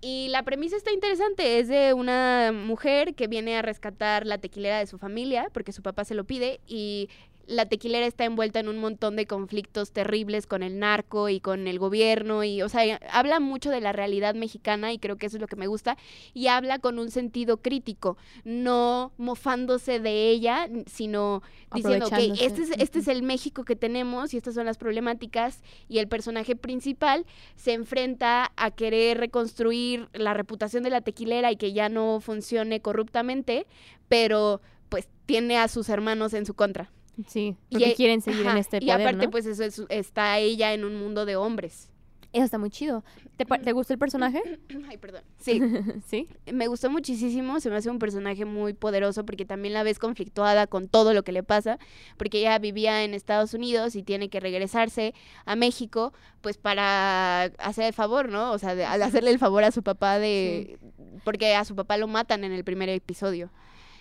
A: Y la premisa está interesante, es de una mujer que viene a rescatar la tequilera de su familia porque su papá se lo pide y la tequilera está envuelta en un montón de conflictos terribles con el narco y con el gobierno y, o sea, habla mucho de la realidad mexicana y creo que eso es lo que me gusta y habla con un sentido crítico, no mofándose de ella, sino diciendo, ok,
B: Aprovechándose,
A: este es, este
B: ujú.
A: es el México que tenemos y estas son las problemáticas y el personaje principal se enfrenta a querer reconstruir la reputación de la tequilera y que ya no funcione corruptamente, pero pues tiene a sus hermanos en su contra.
B: Sí, porque
A: eh,
B: quieren seguir en
A: ajá,
B: este
A: Y
B: poder,
A: aparte
B: ¿no?
A: pues eso es- está ella en un mundo de hombres.
B: Eso está muy chido. ¿Te, pa- te gustó el personaje?
A: Ay, perdón. Sí,
B: sí.
A: me gustó muchísimo, se me hace un personaje muy poderoso porque también la ves conflictuada con todo lo que le pasa, porque ella vivía en Estados Unidos y tiene que regresarse a México, pues para hacer el favor, ¿no? O sea, de- al hacerle el favor a su papá de... porque a su papá lo matan en el primer episodio.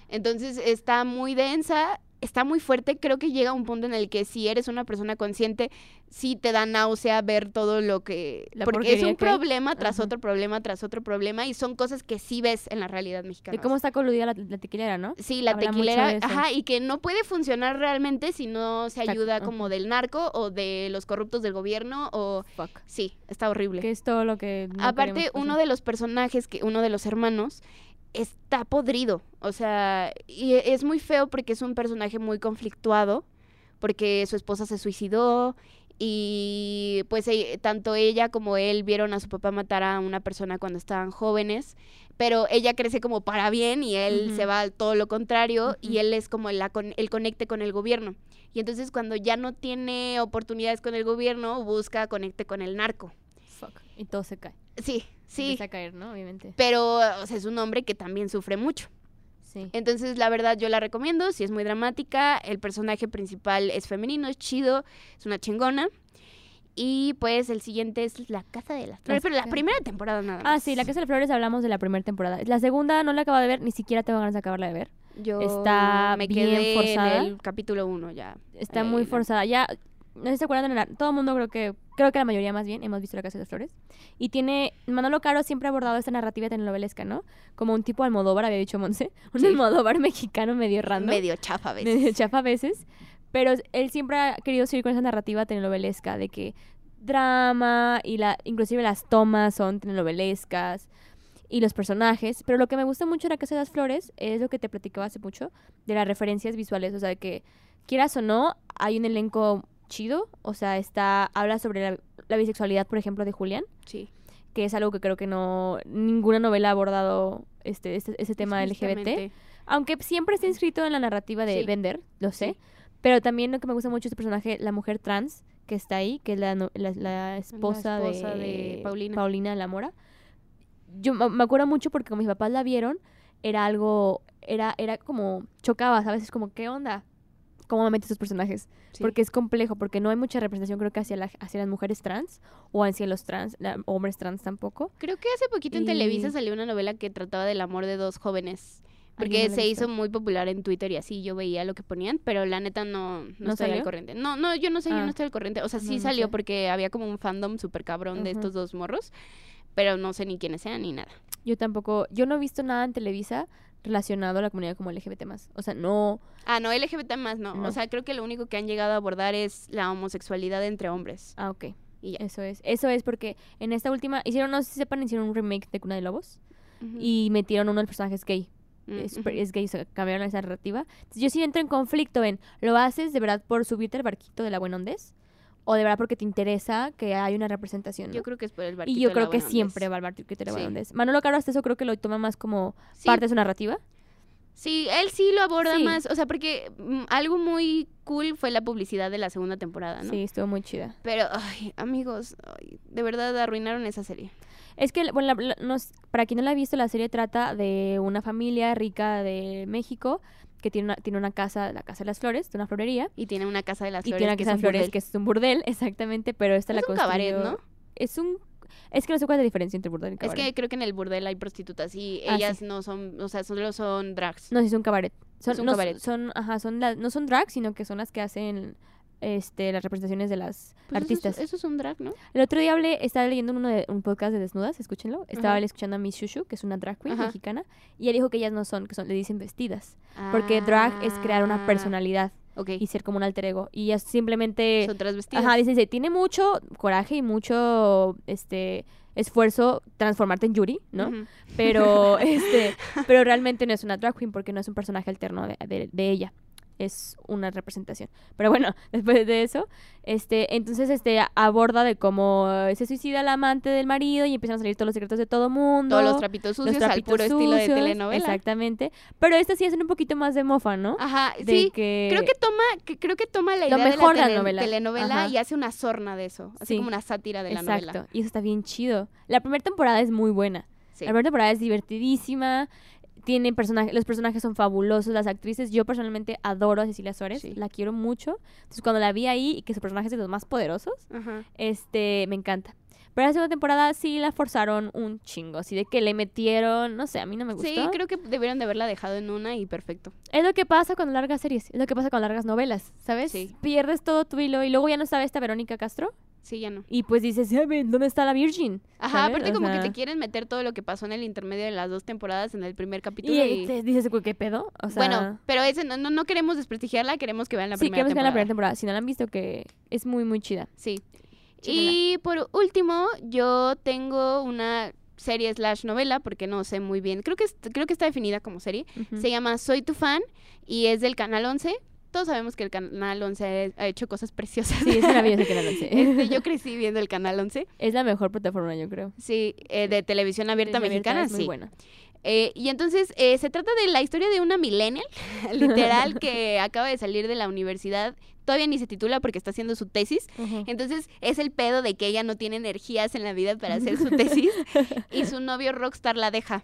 A: Entonces está muy densa está muy fuerte. Creo que llega un punto en el que si eres una persona consciente, sí te da náusea ver todo lo que...
B: La
A: porque es
B: porquería
A: un
B: que hay.
A: problema tras
B: Ajá.
A: otro problema, tras otro problema, y son cosas que sí ves en la realidad mexicana.
B: De cómo está coludida la, la tequilera, ¿no?
A: Sí, la
B: habla mucho de
A: tequilera,
B: eso.
A: ajá, y que no puede funcionar realmente si no se
B: Exacto,
A: ayuda
B: ajá.
A: como del narco o de los corruptos del gobierno o...
B: Fuck.
A: Sí, está horrible.
B: Que es todo lo que... no
A: Aparte,
B: queremos pues, que
A: uno
B: sea.
A: de los personajes, que uno de los hermanos, está podrido. O sea, y e- es muy feo porque es un personaje muy conflictuado, porque su esposa se suicidó y pues e- tanto ella como él vieron a su papá matar a una persona cuando estaban jóvenes, pero ella crece como para bien y él
B: Ujú.
A: se va al todo lo contrario y
B: Ujú.
A: él es como la con- el conecte con el gobierno. Y entonces cuando ya no tiene oportunidades con el gobierno, busca conecte con el narco.
B: Fuck. Y todo se cae.
A: Sí, sí.
B: Empieza a caer, ¿no? Obviamente.
A: Pero o sea, es un hombre que también sufre mucho.
B: Sí.
A: Entonces, la verdad, yo la recomiendo. Si es muy dramática, el personaje principal es femenino, es chido, es una chingona. Y pues el siguiente es La Casa de las Flores.
B: Las
A: Pero la
B: Ca-
A: primera temporada nada más.
B: Ah, sí, La Casa de las Flores hablamos de la primera temporada. La segunda no la acabo de ver, ni siquiera tengo ganas de acabarla de ver.
A: Yo
B: está
A: me
B: bien
A: quedé
B: forzada.
A: en el capítulo 1 ya.
B: Está
A: Eh,
B: muy
A: no.
B: forzada. Ya, no sé si se acuerdan, de la- todo el mundo creo que, creo que la mayoría más bien, hemos visto La Casa de las Flores. Y tiene, Manolo Caro siempre ha abordado esta narrativa telenovelesca, ¿no? Como un tipo Almodóvar, había dicho Monse. Un
A: Sí.
B: Almodóvar mexicano medio random.
A: Medio chafa a veces.
B: medio chafa a veces, pero él siempre ha querido seguir con esa narrativa telenovelesca de que drama y la inclusive las tomas son telenovelescas y los personajes, pero lo que me gusta mucho de la Casa de las Flores es lo que te platicaba hace mucho de las referencias visuales, o sea, que quieras o no, hay un elenco chido, o sea, está habla sobre la, la bisexualidad, por ejemplo, de Julián,
A: Sí.
B: que es algo que creo que no ninguna novela ha abordado este, este, ese tema LGBT.
A: Justamente.
B: Aunque siempre está inscrito en la narrativa de
A: Sí.
B: Bender, lo sé.
A: Sí.
B: Pero también lo que me gusta mucho es el personaje, la mujer trans que está ahí, que es la, no- la- la esposa,
A: esposa
B: de,
A: de Paulina.
B: Paulina de la Mora. Yo me me acuerdo mucho porque como mis papás la vieron, era algo, era, era como, chocabas a veces como, ¿qué onda? ¿Cómo me metes estos personajes?
A: Sí.
B: Porque es complejo, porque no hay mucha representación creo que hacia, la- hacia las mujeres trans o hacia los trans, la- hombres trans tampoco.
A: Creo que hace poquito en
B: Y-
A: Televisa salió una novela que trataba del amor de dos jóvenes.
B: Ay,
A: Porque
B: no la he
A: se
B: visto.
A: hizo muy popular en Twitter y así yo veía lo que ponían, pero la neta no, no,
B: ¿No
A: estoy al
B: salió?
A: corriente. No, no, yo no sé, yo
B: Ah.
A: no estoy al corriente. O sea,
B: No,
A: sí
B: no
A: salió
B: sé.
A: porque había como un fandom súper cabrón de
B: Ujú.
A: estos dos morros, pero no sé ni quiénes sean ni nada.
B: Yo tampoco, yo no he visto nada en Televisa relacionado a la comunidad como LGBT más. O sea, no,
A: Ah, no, LGBT más no.
B: No.
A: O sea, creo que lo único que han llegado a abordar es la homosexualidad entre hombres.
B: ah, ok.
A: Y ya.
B: Eso es, eso es porque en esta última, hicieron, no sé si sepan, hicieron un remake de Cuna de Lobos
A: Ujú.
B: y metieron uno de los personajes gay.
A: Mm,
B: Es,
A: ujú.
B: es gay, o sea, cambiaron esa narrativa. Entonces, yo sí entro en conflicto en, ¿lo haces de verdad por subirte al barquito de la buena ondez? ¿O de verdad porque te interesa que hay una representación?
A: Yo
B: no?
A: creo que es por el barquito
B: y yo
A: de la
B: creo que
A: buena
B: siempre
A: ondas.
B: va al barquito de la buena
A: Sí.
B: ondez. Manolo Caro hasta eso creo que lo toma más como
A: Sí,
B: parte de su narrativa.
A: Sí, él sí lo aborda
B: Sí.
A: más, o sea, porque mm, algo muy cool fue la publicidad de la segunda temporada, Ah, ¿no?
B: Sí, estuvo muy chida.
A: Pero, ay, amigos, ay, de verdad arruinaron esa serie.
B: Es que, bueno, la- la- nos- para quien no la ha visto, la serie trata de una familia rica de México que tiene una, tiene una casa, la Casa de las Flores, de una florería.
A: Y tiene una casa de las
B: y
A: flores.
B: tiene la
A: que
B: Casa de
A: es
B: las
A: un
B: Flores,
A: burdel.
B: que es un burdel, exactamente, pero esta la
A: es un cabaret,
B: construyó-
A: ¿no?
B: Es un... Es que no sé cuál es la diferencia entre burdel y
A: Es
B: cabaret.
A: que creo que en el burdel hay prostitutas y
B: Ah,
A: ellas
B: sí.
A: no son, o sea, solo son drags.
B: No, sí, es un cabaret. Son,
A: Es un
B: no, son-
A: cabaret.
B: Son, ajá, son las- no son drags, sino que son las que hacen este las representaciones de las
A: Pues
B: artistas.
A: Eso, es- eso es un drag, ¿no?
B: El otro día hablé, estaba leyendo uno de, un podcast de desnudas, escúchenlo. Estaba
A: Ajá.
B: escuchando a Miss Shushu, que es una drag queen
A: Ajá.
B: mexicana, y ella dijo que ellas no son, que son, le dicen vestidas. Porque drag es crear una
A: Ah,
B: personalidad
A: Ok.
B: y ser como un alter ego. Y es simplemente.
A: son transvestidas.
B: Ajá, dice, dice, tiene mucho coraje y mucho este esfuerzo transformarte en Yuri, ¿no?
A: Ujú.
B: Pero este, pero realmente no es una drag queen porque no es un personaje alterno de, de- de ella. Es una representación. Pero bueno, después de eso, este, entonces este aborda de cómo eh, se suicida la amante del marido y empiezan a salir todos los secretos de todo mundo.
A: Todos los trapitos
B: los
A: sucios al
B: trapitos
A: puro estilo de
B: sucios,
A: telenovela.
B: Exactamente. Pero esta sí es un poquito más de mofa, ¿no?
A: Ajá,
B: De
A: sí.
B: que-
A: Creo que toma, que creo que toma la
B: Eh, Lo
A: idea
B: mejor
A: de la
B: de la
A: tele-
B: novela.
A: telenovela
B: Ajá.
A: y hace una sorna de eso, así
B: Sí.
A: como una sátira de la
B: Exacto.
A: novela.
B: Y eso está bien chido. La primera temporada es muy buena.
A: Sí.
B: La primera temporada es divertidísima. tiene personajes, los personajes son fabulosos, las actrices, yo personalmente adoro a Cecilia Suárez,
A: Sí.
B: la quiero mucho. Entonces cuando la vi ahí y que su personaje es de los más poderosos,
A: Ajá.
B: este, me encanta. Pero la segunda temporada sí la forzaron un chingo, así de que le metieron, no sé, a mí no me gustó.
A: Sí, creo que debieron de haberla dejado en una y perfecto.
B: Es lo que pasa con largas series, es lo que pasa con largas novelas, ¿sabes?
A: Sí.
B: Pierdes todo tu hilo y luego ya no sabe esta Verónica Castro
A: Sí, ya no.
B: y pues dices, "Ya ven, ¿dónde está la Virgin?
A: Ajá,
B: ¿Sabes?
A: aparte
B: O
A: como
B: sea,
A: que te quieren meter todo lo que pasó en el intermedio de las dos temporadas en el primer capítulo.
B: Y,
A: Y,
B: te dices, "Güey, ¿qué pedo? O sea,
A: bueno, pero ese no, no, no queremos desprestigiarla, queremos que vean la
B: sí,
A: primera
B: queremos que vean
A: temporada.
B: la primera temporada. Si no la han visto, que es muy, muy chida.
A: Sí.
B: Chéquenla.
A: Y por último, yo tengo una serie slash novela, porque no sé muy bien. Creo que, es- creo que está definida como serie.
B: Ujú.
A: Se llama Soy tu fan y es del Canal 11. Todos sabemos que el Canal 11 ha hecho cosas preciosas.
B: Sí, es maravilloso que la lancé.
A: Este, yo crecí viendo el Canal 11.
B: Es la mejor plataforma, yo creo.
A: Sí, eh, de televisión abierta
B: Televisión abierta
A: mexicana,
B: es muy
A: sí.
B: buena.
A: Eh, y entonces eh, se trata de la historia de una millennial, literal, que acaba de salir de la universidad. Todavía ni se titula porque está haciendo su tesis. Entonces es el pedo de que ella no tiene energías en la vida para hacer su tesis y su novio rockstar la deja.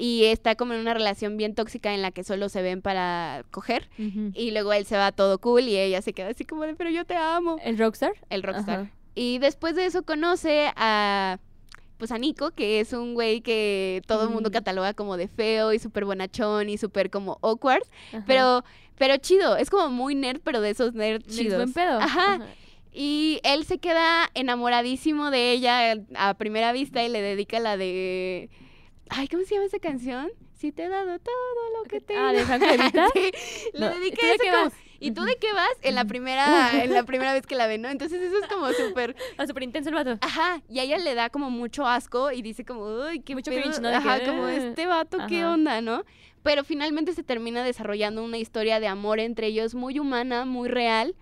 A: Y está como en una relación bien tóxica en la que solo se ven para coger.
B: Ujú.
A: Y luego él se va todo cool y ella se queda así como de, pero yo te amo.
B: ¿El Rockstar?
A: El rockstar.
B: Ajá.
A: Y después de eso conoce a. Pues a Nico, que es un güey que todo el mundo
B: Mm.
A: cataloga como de feo y súper bonachón y súper como awkward.
B: Ajá.
A: Pero, pero chido. Es como muy nerd, pero de esos nerds
B: Es
A: chidos.
B: buen pedo.
A: Ajá. Y él se queda enamoradísimo de ella eh, a primera vista y le dedica la de. Ay, ¿cómo se llama esa canción? Si te he dado todo lo que tengo.
B: Ah, ¿de Franco de Vita?
A: Sí, le
B: No, ¿tú
A: dedica
B: de
A: eso
B: qué
A: como,
B: vas?
A: ¿Y tú de qué vas? En la primera, en la primera vez que la ven, ¿no? Entonces eso es como súper.
B: Ah, súper intenso el vato.
A: Ajá. Y a ella le da como mucho asco y dice como, uy, qué
B: Mucho
A: pedo".
B: cringe, ¿no? De
A: Ajá,
B: que,
A: como
B: "Ah".
A: este vato, qué
B: Ajá.
A: onda, ¿no? Pero finalmente se termina desarrollando una historia de amor entre ellos muy humana, muy real.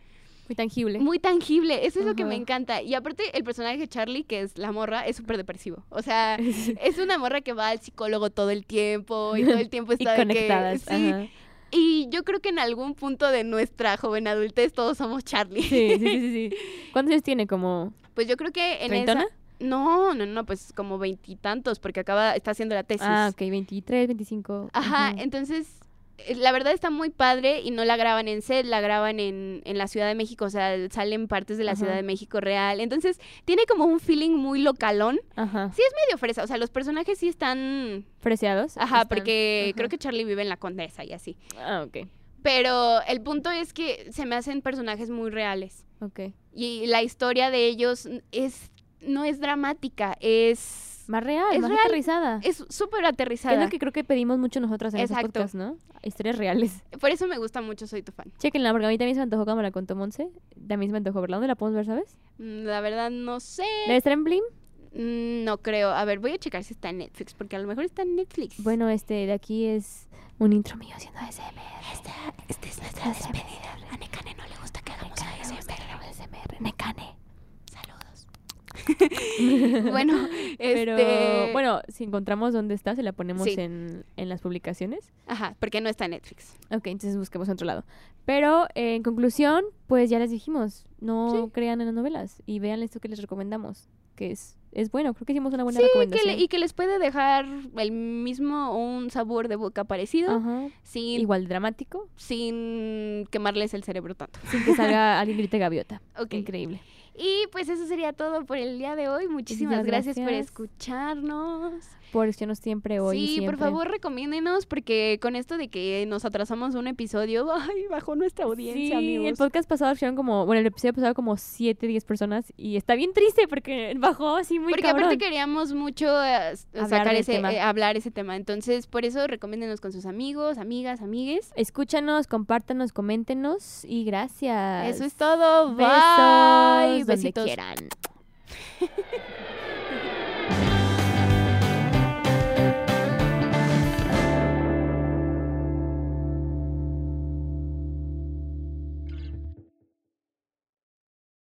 B: Muy tangible.
A: Muy tangible, eso es lo que me
B: Ajá.
A: encanta. Y aparte, el personaje de Charlie, que es la morra, es súper depresivo. O sea, es una morra que va al psicólogo todo el tiempo y todo el tiempo
B: y
A: está de que-
B: conectadas.
A: sí.
B: ajá.
A: Y yo creo que en algún punto de nuestra joven adultez todos somos Charlie.
B: Sí, sí, sí, sí, sí. ¿Cuántos años tiene? ¿Como
A: Pues yo creo que en
B: treintona?
A: esa. No, no, no, pues como veintitantos, porque acaba, está haciendo la tesis.
B: Ah, ok, 23, 25.
A: Ajá,
B: ujú.
A: entonces eh, la verdad está muy padre y no la graban en set, la graban en, en la Ciudad de México, o sea, salen partes de la
B: Ajá.
A: Ciudad de México real. Entonces tiene como un feeling muy localón,
B: Ajá.
A: medio fresa, o sea, los personajes sí están,
B: ¿Freseados?
A: ajá,
B: Están-
A: porque
B: ajá.
A: creo que Charlie vive en la Condesa y así.
B: Ah, ok.
A: Pero el punto es que se me hacen personajes muy reales
B: Ok.
A: y la historia de ellos es no es dramática, es
B: Más real,
A: Es
B: más
A: real,
B: aterrizada.
A: es súper
B: Que es
A: aterrizada.
B: lo Ah. que creo que pedimos mucho nosotras en esos
A: Exacto.
B: podcasts, ¿no? Historias reales.
A: Por eso me gusta mucho, soy tu fan.
B: Chequenla, porque a mí también se me antojó cuando me la contó Monse. También se me antojó verla. ¿Dónde la podemos ver, sabes?
A: Mm, La verdad no sé.
B: ¿Debe estar en Blim?
A: Mm, No creo. A ver, voy a checar si está en Netflix, porque a lo mejor está en Netflix.
B: Bueno, este de aquí es un intro mío haciendo ASMR. Esta, es nuestra despedida. A Nekane no le gusta que hagamos ASMR. Nekane.
A: saludos. bueno,
B: Pero
A: este,
B: bueno, si encontramos dónde está, se la ponemos
A: Sí.
B: en, en las publicaciones.
A: Ajá, porque no está en Netflix.
B: Ok, entonces busquemos en otro lado. Pero eh, en conclusión, pues ya les dijimos, no
A: Sí.
B: crean en las novelas y vean esto que les recomendamos, que es, es bueno, creo que hicimos una buena
A: Sí, que
B: recomendación.
A: le- y que les puede dejar el mismo o un sabor de boca parecido,
B: Ajá.
A: sin,
B: Ah, Igual dramático,
A: sin quemarles el cerebro tanto.
B: sin que salga alguien grite gaviota.
A: Ok.
B: Increíble.
A: Y pues eso sería todo por el día de hoy. Muchísimas
B: Muchísimas
A: gracias, por
B: gracias.
A: escucharnos.
B: Por eso nos siempre hoy.
A: sí,
B: y
A: por
B: siempre.
A: favor, recomiéndenos porque con esto de que nos atrasamos un episodio, ay, bajó nuestra audiencia,
B: sí, el
A: amigos.
B: podcast pasado fueron como, bueno, el episodio pasado como 7, 10 personas y está bien triste porque bajó así muy
A: porque
B: cabrón.
A: aparte queríamos mucho eh, s-
B: Hablar
A: sacar
B: del
A: ese,
B: tema.
A: eh, hablar ese tema. Entonces, por eso recomiéndenos con sus amigos, amigas, amigues.
B: Escúchanos, compártanos, coméntenos y gracias.
A: Eso es todo. Bye.
B: Besos donde
A: Besitos.
B: quieran.